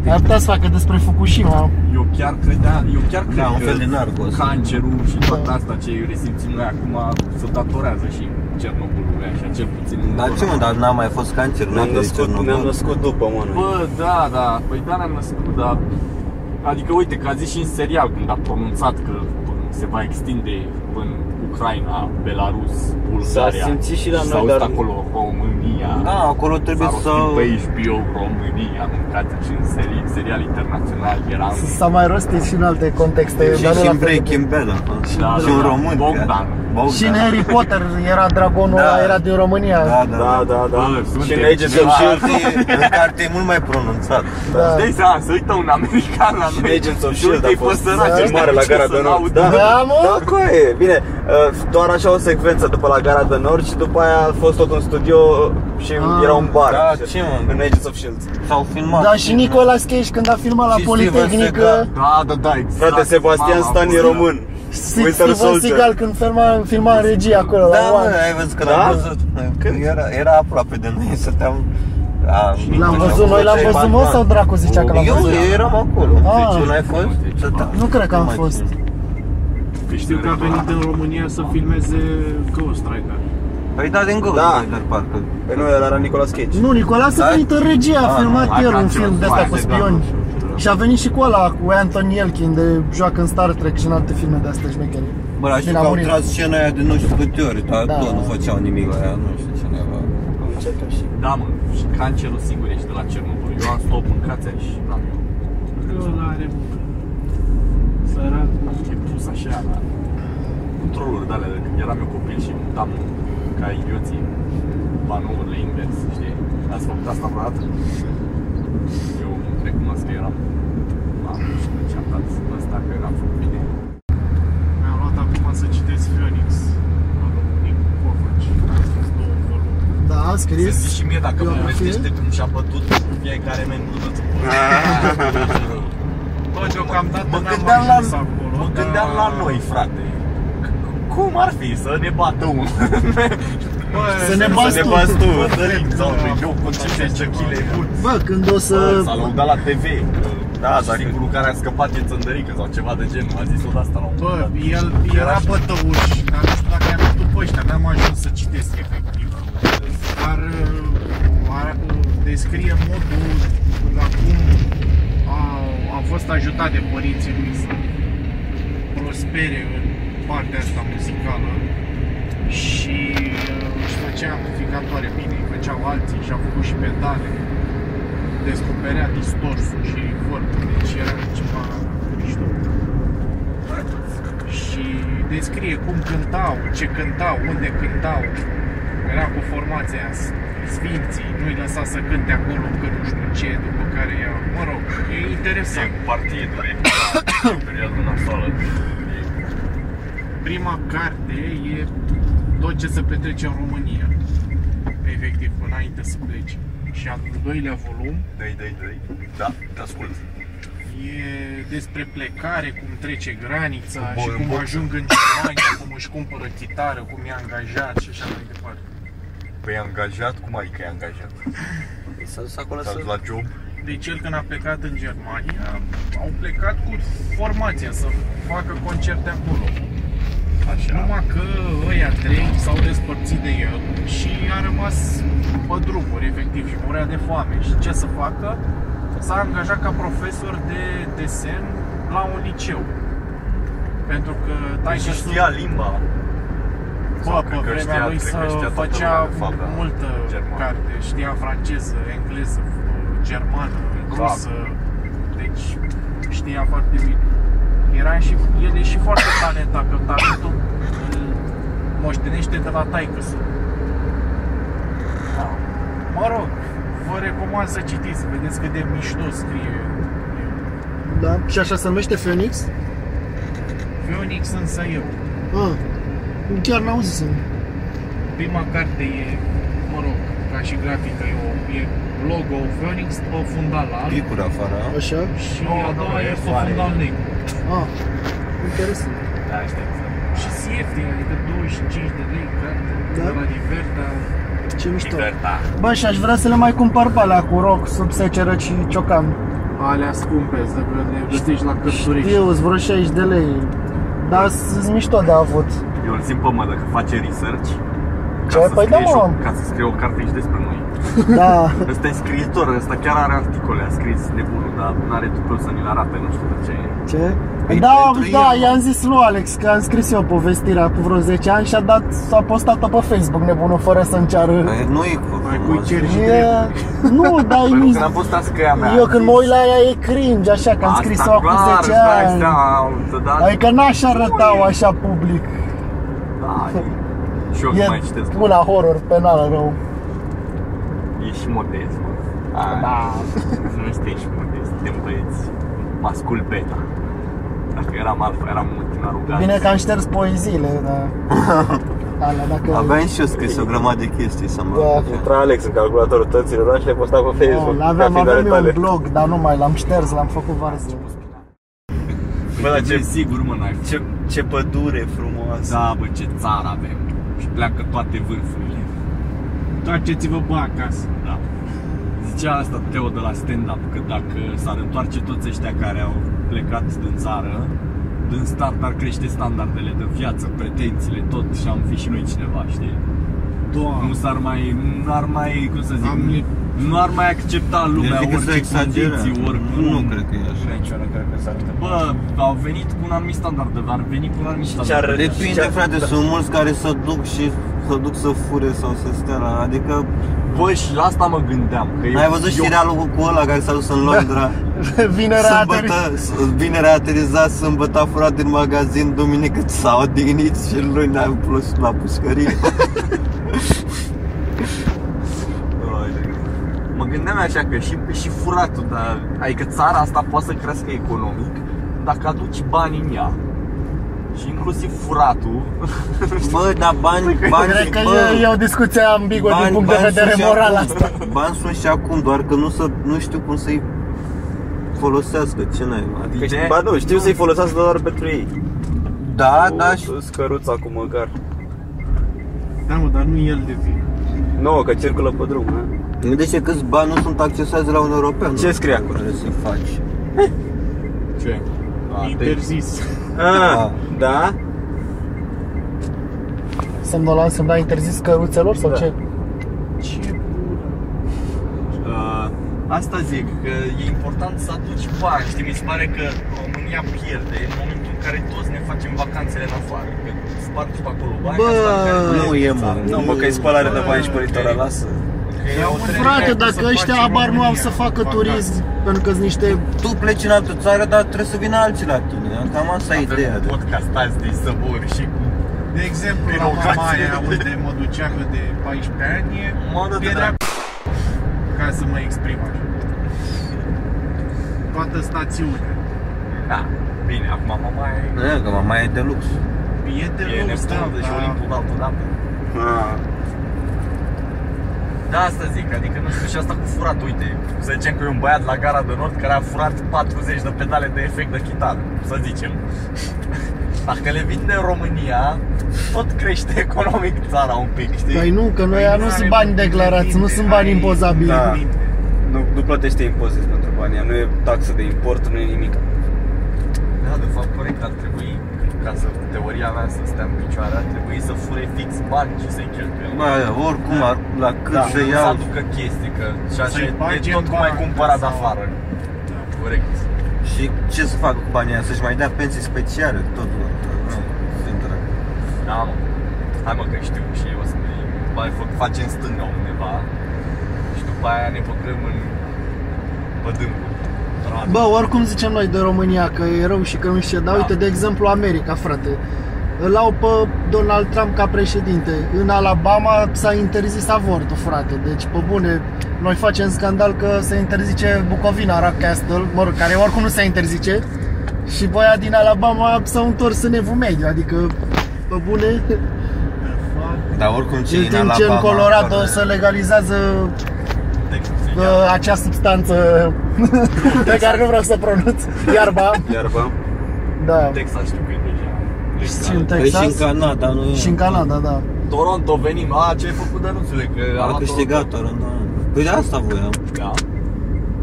da. Ar putea să facă despre Fukushima. Eu chiar credeam, eu chiar credeam Da, un fel de narcos. cancerul și toată asta ce resimțim noi acum se datorează și Cernobâlului, așa, cel puțin. în Dar Da, ce zona mă, dar n-a mai fost cancer? Ne-am înainte de născut, Cernobâl? ne-am născut după, mă, noi. Bă, da, da, păi da, ne-am născut, dar... Adică, uite, că a zis și în serial când a pronunțat că bă, se va extinde în Ucraina, Belarus, Bulgaria. S-a simțit și la s-a noi, auzit dar- acolo România. Da, acolo trebuie S-a să... rostit pe HBO România, mâncați și în serial, serial internațional era S-a mai rostit și în alte contexte. Și dar nu la și în fel. Breaking Bad acolo. Da, Și da, un da. român. Bogdan. chiar. Bogdan. Și în Harry Potter era dragonul Da. ăla, era din România. Da, da, Da, da. da, da. Bă, Și suntem în Age În of Shield. carte- În carte e mult mai pronunțat. Da. Îți dai seama, să uită un american la Și noi Agents of și Shield uite-i a fost pe săraci cel ăștia mare la ce Gara să de Nord. n-audă. Da, mă? Da, coaie. Bine, uh, doar așa o secvență după la Gara de Nord și după aia a fost tot un studio și Ah. era un bar. Da, ce, mă? În Agents of Shield. S-au filmat. Dar și Nicolas Cage când a filmat la Și Steven Politehnică, Seagal. Da, da, da, exact. Frate, Sebastian Mama, Stan e bă, român. Steven Winter Soldier. Seagal când filma, filma în regie acolo Da, la mă, One. ai văzut că Da? l-am văzut. Când era, era aproape de noi, stăteam... Da, L-am văzut, noi l-am văzut mă sau dracu zicea că l-am Eu, văzut? eu eram acolo. Deci Ah. Tu n-ai fost? Stăteam. Nu cred că am mai fost. țin. Că Păi Știu că a venit în România să filmeze Ghost Rider. Păi da, din Ghost Da. Rider, parcă. Păi nu, el era Nicolas Cage. Nu, Nicolas a Da? venit în regie, a Ah, filmat nu, hai el că un altceva, film de asta hai, cu de spioni. gata. Și a venit și cu ăla, cu Anton Yelchin, de joacă în Star Trek și în alte filme de astea șmechere. Bă, dar știu Bine, că a au murit. tras scena aia de nu știu câte ori, dar Da. tot nu făceau nimic la ea, nu știu cineva. Da, mă, și cancerul sigur ești de la Cernobâl. Eu am stop în cațea și da, Că ăla are Săracul. e pus așa la controluri de alea de când eram eu copil și mutam ca idioții panourile invers, știi? Ați făcut asta vreodată? Eu recunosc că eram la și am dat ăsta că n-am făcut bine. Mi-am luat am Da, scris. Să zici și mie dacă Eu am povestește fie. cum și-a bătut fiecare menudut. Bă, deocamdată Mă n-am gândeam la- ajuns acolo, Da. Mă dar- gândeam la noi, frate. C- Cum ar fi să ne bată unul? Bă, Să ne bați Să ne tu. bați tu, Mătălin, sau pe eu, cu 15 kg. Bă, când o Bă, să... S-a lăudat la TV. Da, Da, dacă- singurul care a scăpat e țăndărică sau ceva de genul. A zis-o de asta la un moment Bă, dat. el era bătăuș, dar nu știu dacă i-am dat după ăștia, n-am ajuns să citesc efectiv. Dar uh, are- descrie modul la cum a, a fost ajutat de părinții lui să prospere în partea asta muzicală și uh, își făcea amplificatoare bine, îi făceau alții și a făcut și pedale, descoperea distorsul și corpul, deci era ceva mișto și descrie cum cântau, ce cântau, unde cântau. Era cu formația aia, Sfinții, nu-i lăsa să cânte acolo că nu știu ce, după care ea, mă rog, e interesant. E partid, dar e e perioadă nasoală. Prima carte e tot ce se petrece în România, efectiv, înainte să pleci. Și al doilea volum Dă-i, dă-i, dă-i. Da, te ascult. e despre plecare, cum trece granița Cu și boi în cum boxă. ajung în Germania, cum își cumpără chitară, cum e angajat și așa mai departe. Păi angajat? Cum adică e angajat? S-a dus acolo S-a să... dus la job? Deci el când a plecat în Germania, au plecat cu formația să facă concerte acolo. Așa. Numai că ăia trei s-au despărțit de el și a rămas pe drumuri, efectiv, și murea de foame. Și ce să facă? S-a angajat ca profesor de desen la un liceu. Pentru că Păi taică și știa limba. Bă, Sau pe cred că vremea știa- lui cred că știa să toată lumea, făcea de fapt, da, multă germană. carte, știa franceză, engleză, germană, Da. rusă, deci știa foarte bine. Era și, el e și foarte talentat, că talentul îl moștenește de la taică da. Mă rog, vă recomand să citiți, vedeți cât de mișto scrie. Da? Și așa se numește Phoenix? Phoenix însă eu. Ah. Chiar n-am auzit Prima carte e, mă rog, ca și grafică, e, o, e logo Phoenix pe fundal alb Picuri afară. Așa? și Nu, a nu, doua e e pe soare. fundal negru. Ah. Interesant. Da, știi. Și se ieftin, adică 25 de lei carte Da? de la Liberta. Ce mișto. Liberta. Bă, și aș vrea să le mai cumpăr pe alea cu roc, sub seceră și ciocan. Alea scumpe, dacă le găsești la Știu, sunt vreo 60 de lei. Dar sunt mișto de avut. Eu îl simt pe mă dacă face research. Ce? Ca să, Păi scrie da, și o, mă. ca să scrie o carte și despre noi. Da. Ăsta e scriitor, ăsta chiar are articole, a scris nebunul, dar nu are tupeu să ni le arate, nu știu de ce. Ce? Păi da, pentru da, el, mă. i-am zis lui Alex că am scris eu povestirea cu vreo 10 ani și a dat, s-a postat-o pe Facebook nebunul fără să-mi ceară. Nu e Mai cu frumos. cer și E... drept. Nu, dar Păi nu, mi- când am fost ascăia mea. eu când mă uit la ea e cringe, așa, că am scris-o acum 10 ani. ani. Adică n-aș arăta-o așa public. Da, e- și eu nu mai E citesc. una horror penală rău. E și modest, mă. Ai, Da. Nu este și modest, suntem băieți. Mascul beta. Dacă eram alfa, eram mult mai rugat. Bine că am șters poeziile, da. Alea, dacă... Aveam și eu scris o grămadă de chestii să mă... Da. Intra Alex în calculatorul tăților ăla și le posta pe Facebook. Oh, aveam, ca fiind ale aveam eu tale. un blog, dar nu mai l-am șters, l-am făcut varză. Bă, dar ce sigur, mă, n-ai Ce, ce pădure frumoasă. Da, bă, ce țară avem. Și pleacă toate vârfurile. Toarceți-vă bă acasă. Da. Zicea asta Teo de la stand-up, că dacă s-ar întoarce toți ăștia care au plecat din țară, din start ar crește standardele de viață, pretențiile, tot și am fi și noi cineva, știi? Nu Doamne. s-ar mai, nu ar mai, cum să zic, Am lip- nu ar mai accepta lumea Adică să orice exagerăm. condiții, oricum. Nu cred că e așa. Nici eu nu cred că s-ar întâmpla. Bă, au venit cu un anumit standard, de- ar veni cu un anumit standard. ce-ar- Depinde, Și- frate, sunt mulți care se duc și se duc să fure sau să stea la... Adică, Bă, și la asta mă gândeam, că eu, ai văzut eu, știrea lui cu ăla care s-a dus în Londra? Vinerea Sâmbătă, vinerea a aterizat, sâmbătă a furat din magazin, duminică s-a odihnit și luni a plus la pușcărie. Mă gândeam așa că și, și furatul, dar, adică țara asta poate să crească economic dacă aduci bani în ea. și inclusiv furatul. Bă, dar bani, bani, Cred Păi că bă, e, e o discuție ambiguă din punct de bani vedere sunt și moral acum, asta. Bani sunt și acum, doar că nu, să, nu știu cum să-i folosească, ce n Că știi- Adică Ba nu, știu să-i folosească doar pentru ei. Da, Cu- da, și Cu scăruța cu măcar. Da, mă, dar nu el de vină. Nu, că circulă pe drum, da? ha? gândește câți bani nu sunt accesați la un european. Ce scrie acolo? Trebuie să faci. Ce? Interzis. Ah, da? Somnolan semna interzis căruțelor sau Da. ce? Ce bună. Uh, asta zic, că e important să aduci bani, știi, mi se pare că România pierde în momentul în care toți ne facem vacanțele în afară, că spargi pe acolo bani, Bă, asta care- nu e, mă. Nu, mă, că e spălare de bani și pe litoral, lasă. că e o treime. Frate, Trebuie dacă să ăștia facem abar nu au România să facă vacanță. turism, pentru că sunt niște Tu pleci în altă țară, dar trebuie să vină alții la tine. Cam asta e Avem ideea. un podcast azi de săburi și cu De exemplu, la Birocație. mama aia unde mă duceam eu de 14 ani, e Mă, da, da, era ca să mă exprim așa. Toată stațiunea. Da, bine, acum mama e... Nu, că mai e de lux. E de E lux, nebună da, și dar- deci Olimpul altul dată. Ah. Da, asta zic, adică nu știu, și asta cu furat, uite, să zicem că e un băiat la gara de nord care a furat 40 de pedale de efect de chitară, să zicem. Dacă le vinde în România, tot crește economic țara un pic, știi? Păi nu, că noi aia nu Ai sunt bani declarați, nu sunt bani ai- impozabili. Da. Bine. Nu, nu plătește impozit pentru banii, ăia, nu e taxă de import, nu e nimic. Da, de fapt, corect, ar trebui, ca să, teoria mea să stea în picioare, ar trebui să fure fix bani și să-i cheltuie. Bă, oricum, ar, la cât da, se să Exact. iau. aducă chestii, că și așa Să-i e bage tot în cum ai bancă cumpărat sau- afară. Da. Corect. Și ce să facă cu banii ăia? Să-și mai dea pensii speciale, tot. bă. Nu, sunt drag. Da, mă. Hai mă că știu și eu o să ne mai fac, facem stânga undeva și după aia ne băgăm în pădâncul. Bă, oricum zicem noi de România că e rău și că nu știu ce, dar Da. uite, de exemplu, America, frate. Îl au pe Donald Trump ca președinte. În Alabama s-a interzis avortul, frate. Deci, pe bune, noi facem scandal că se interzice Bucovina, Rock Castle, mă rog, care oricum nu se interzice. Și băia din Alabama s-au întors în evul mediu, adică, pe bune, Dar oricum ce în e timp ce în Alabama, Colorado acolo- se legalizează Deci, uh, acea substanță pe care nu vreau să pronunț, iarba, Iar bă, da. Texas știu că e deja. Și în legal. Păi și în Texas Canada, nu Exact. și în Canada, da. Toronto venim, a, ce ai făcut denunțule? Că A luat câștigat Toronto. Păi de asta voiam. Toronto. Da.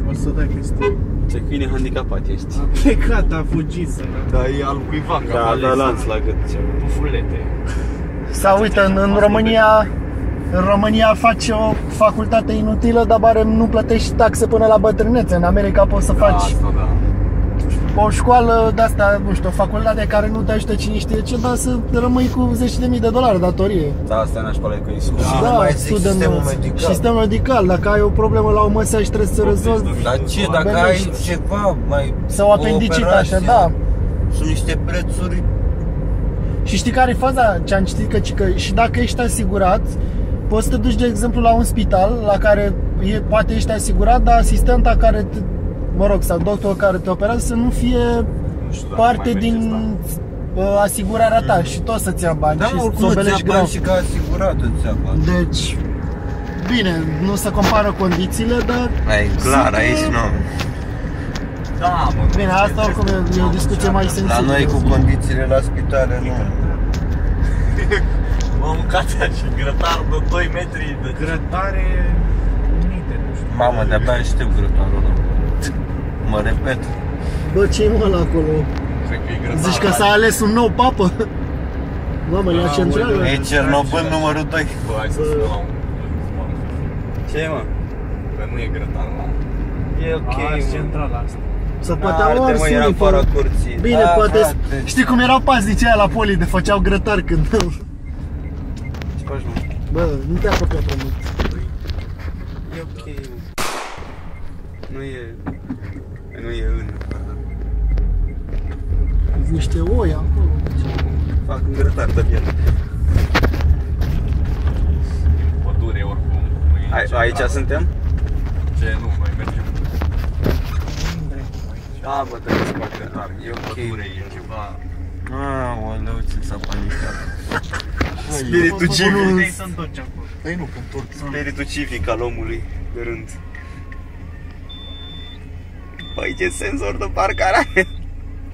O să dai peste. ce câine handicapat ești. A plecat, a fugit să Dar e al cuiva, că Da, da, lanț la gât. ce- Pufulete. Sau uite, în, în România în România faci o facultate inutilă, dar bare nu plătești taxe până la bătrânețe. În America poți să Da, faci asta, da. o școală de asta, nu știu, o facultate care nu te ajută cine știe ce, dar să rămâi cu zeci de mii de dolari datorie. Da, asta n-aș pare că e scurs. Da, mai zic sistemul medical. Și sistemul medical. Dacă ai o problemă la o măsă și trebuie să rezolvi, Dar ce, dacă ai Gândește. ceva mai... sau apendicit, operație, așa, da. Sunt niște prețuri Și știi care e faza? Ce am citit că, ci că și dacă ești asigurat, poți să te duci, de exemplu, la un spital la care e, poate ești asigurat, dar asistenta care, te, mă rog, sau doctorul care te operează să nu fie Nu știu dacă parte mai merge din asta. uh, asigurarea ta și tot să-ți ia bani Da, și mă, să oricum îți ia obelești greu. bani și ca asigurat îți ia bani. Deci, bine, nu se compară condițiile, dar Ai, clar, aici nu. Da, mă. bine, asta oricum e, e o discuție mai La sensibilă. noi cu condițiile la spitale, nu. M-am mâncat și grătar de 2 metri de Grătare unite, nu știu. Mamă, de-abia aștept grătarul ăla. Mă repet. Bă, ce-i mă ăla acolo? Cred că e grătar. da, Zici că s-a ales un nou papă? Mamă, la centrală? E Cernobâl numărul 2. Bă, hai să sunăm la un... Ce e, mă? Că nu e grătar da. la... E ok, Okay, mă. centrala asta. Să Arde, poate mă, ars era unii fără pe- curții. Bine, Da, poate... frate. Știi cum erau paznicii aia la poli de făceau grătar când... Ce faci, mă? Bă, nu te apropia prea mult. E ok, mă. Nu e... Nu e în, pardon. Sunt niște oi acolo. Fac un grătar de piele. Pădure oricum. nu e Ai- nicio Aici da. treabă. suntem? Ce nu, noi mergem Da, bă, trebuie să fac grătar. E ok. pădure, e ceva Aoleu, ce s-a panicat. Spiritul civic. Să întorci acolo. Păi nu, când tot Spiritul civic al omului, de rând. Păi ce senzor de parcare are.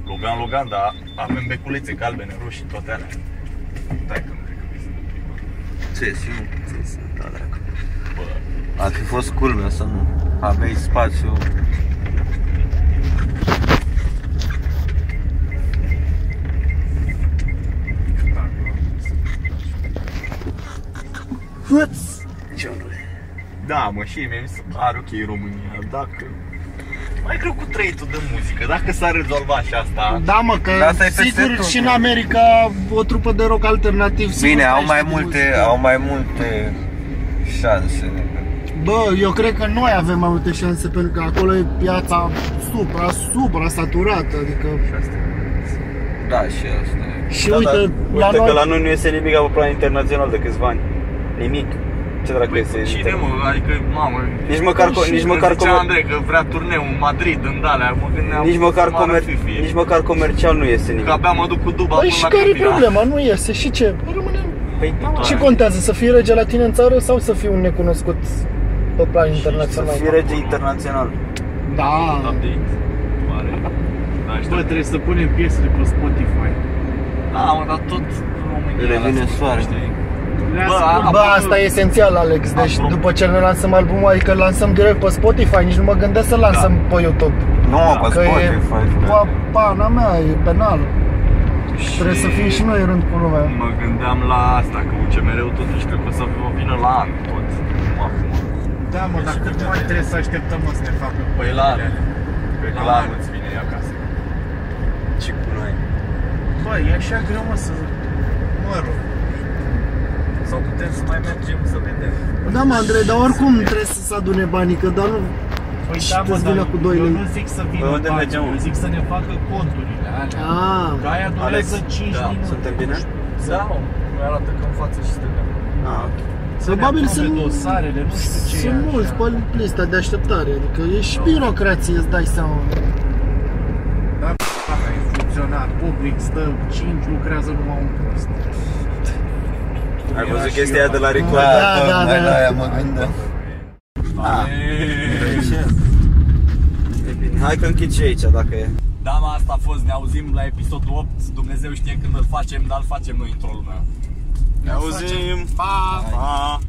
Logan, Logan, dar avem beculețe galbene, roșii, toate alea. Stai că nu cred că vrei să dăm prima. Ce sunt? Ce sunt, da, dracu. Bă, Ar fi fost culmea să nu aveai spațiu Da, mă, și mie mi se pare ok România, dacă... Mai greu cu trăitul de muzică, dacă s-ar rezolva și asta... Da, mă, că Dar asta e peste sigur tot, și în mă. America o trupă de rock alternativ sigur Bine, au trăiește mai de multe, muzică. au mai multe șanse. Bă, eu cred că noi avem mai multe șanse pentru că acolo e piața supra, supra saturată, adică Da, și asta e. și uite, uite la că noi la noi nu iese nimic pe plan internațional de câțiva ani. Nimic. Ce dracu iese? Cine, mă, adică, mamă... Nici măcar, co- și nici când măcar, zicea comer- Andrei că vrea turneu în Madrid, în Dalea, mă gândeam... nici măcar, cum ar comer- fi fie. nici măcar comercial nu iese Că nimic. abia mă duc cu duba Păi până și la care e Câmpina. problema? Nu iese. Și ce? Rămânem. Păi, da, Ce contează? Să fii rege la tine în țară sau să fii un necunoscut pe plan să internațional? fii rege internațional. Da, Update. Oare? Da, bă, aștept. trebuie să punem piesele pe Spotify Da, mă, dar tot România... Revine soare. Le Bă, ascult, a- Bă, asta e esențial, Alex. Deci Apropo. după ce noi lansăm albumul, adică lansăm direct pe Spotify, nici nu mă gândesc să lansăm pe YouTube. Nu, Da, pe că e- Spotify. Pa, pana mea, e penal. Trebuie să fim și noi în rând cu lumea. Mă gândeam la asta, că UCMR-ul totuși cred că o să vină la an tot. Cum acum? Da, mă, dar cât mai trebuie să așteptăm mă, să ne facă Păi la an. alea? Cred că La la an. anul îți vine ea acasă. Ce cu noi? Bă, e așa greu, mă, să... Mă rog, Sau putem să mai mergem să vedem. Da, mă, Andrei, dar oricum trebuie să se adune banii, că dar nu... Păi Și da, mă, trebuie să dar vină cu doi eu lei. nu zic să vină Păi unde banii, mergem, mă? eu zic să ne facă conturile alea. Ah, Că aia durează Alex, 5 da, minute. suntem bine? Da, mă, mi arată că în față și stânga. Ah, ok. Să ne Probabil aprobe sunt- dosarele, nu știu ce e sunt așa. mulți pe lista de așteptare, adică e și birocrație, îți dai seama. Da, dacă e funcționar public, stă 5, lucrează numai un prost. Ai Era văzut é și chestia eu. aia de la Rico? Da, da, da, tocmai da. la aia mă gândeam. E bine. Hai că închid și aici dacă e. Da, mă, asta a fost, ne auzim la episodul 8 Dumnezeu știe când îl facem, dar îl facem noi într-o lume Ne auzim. Pa! Pa!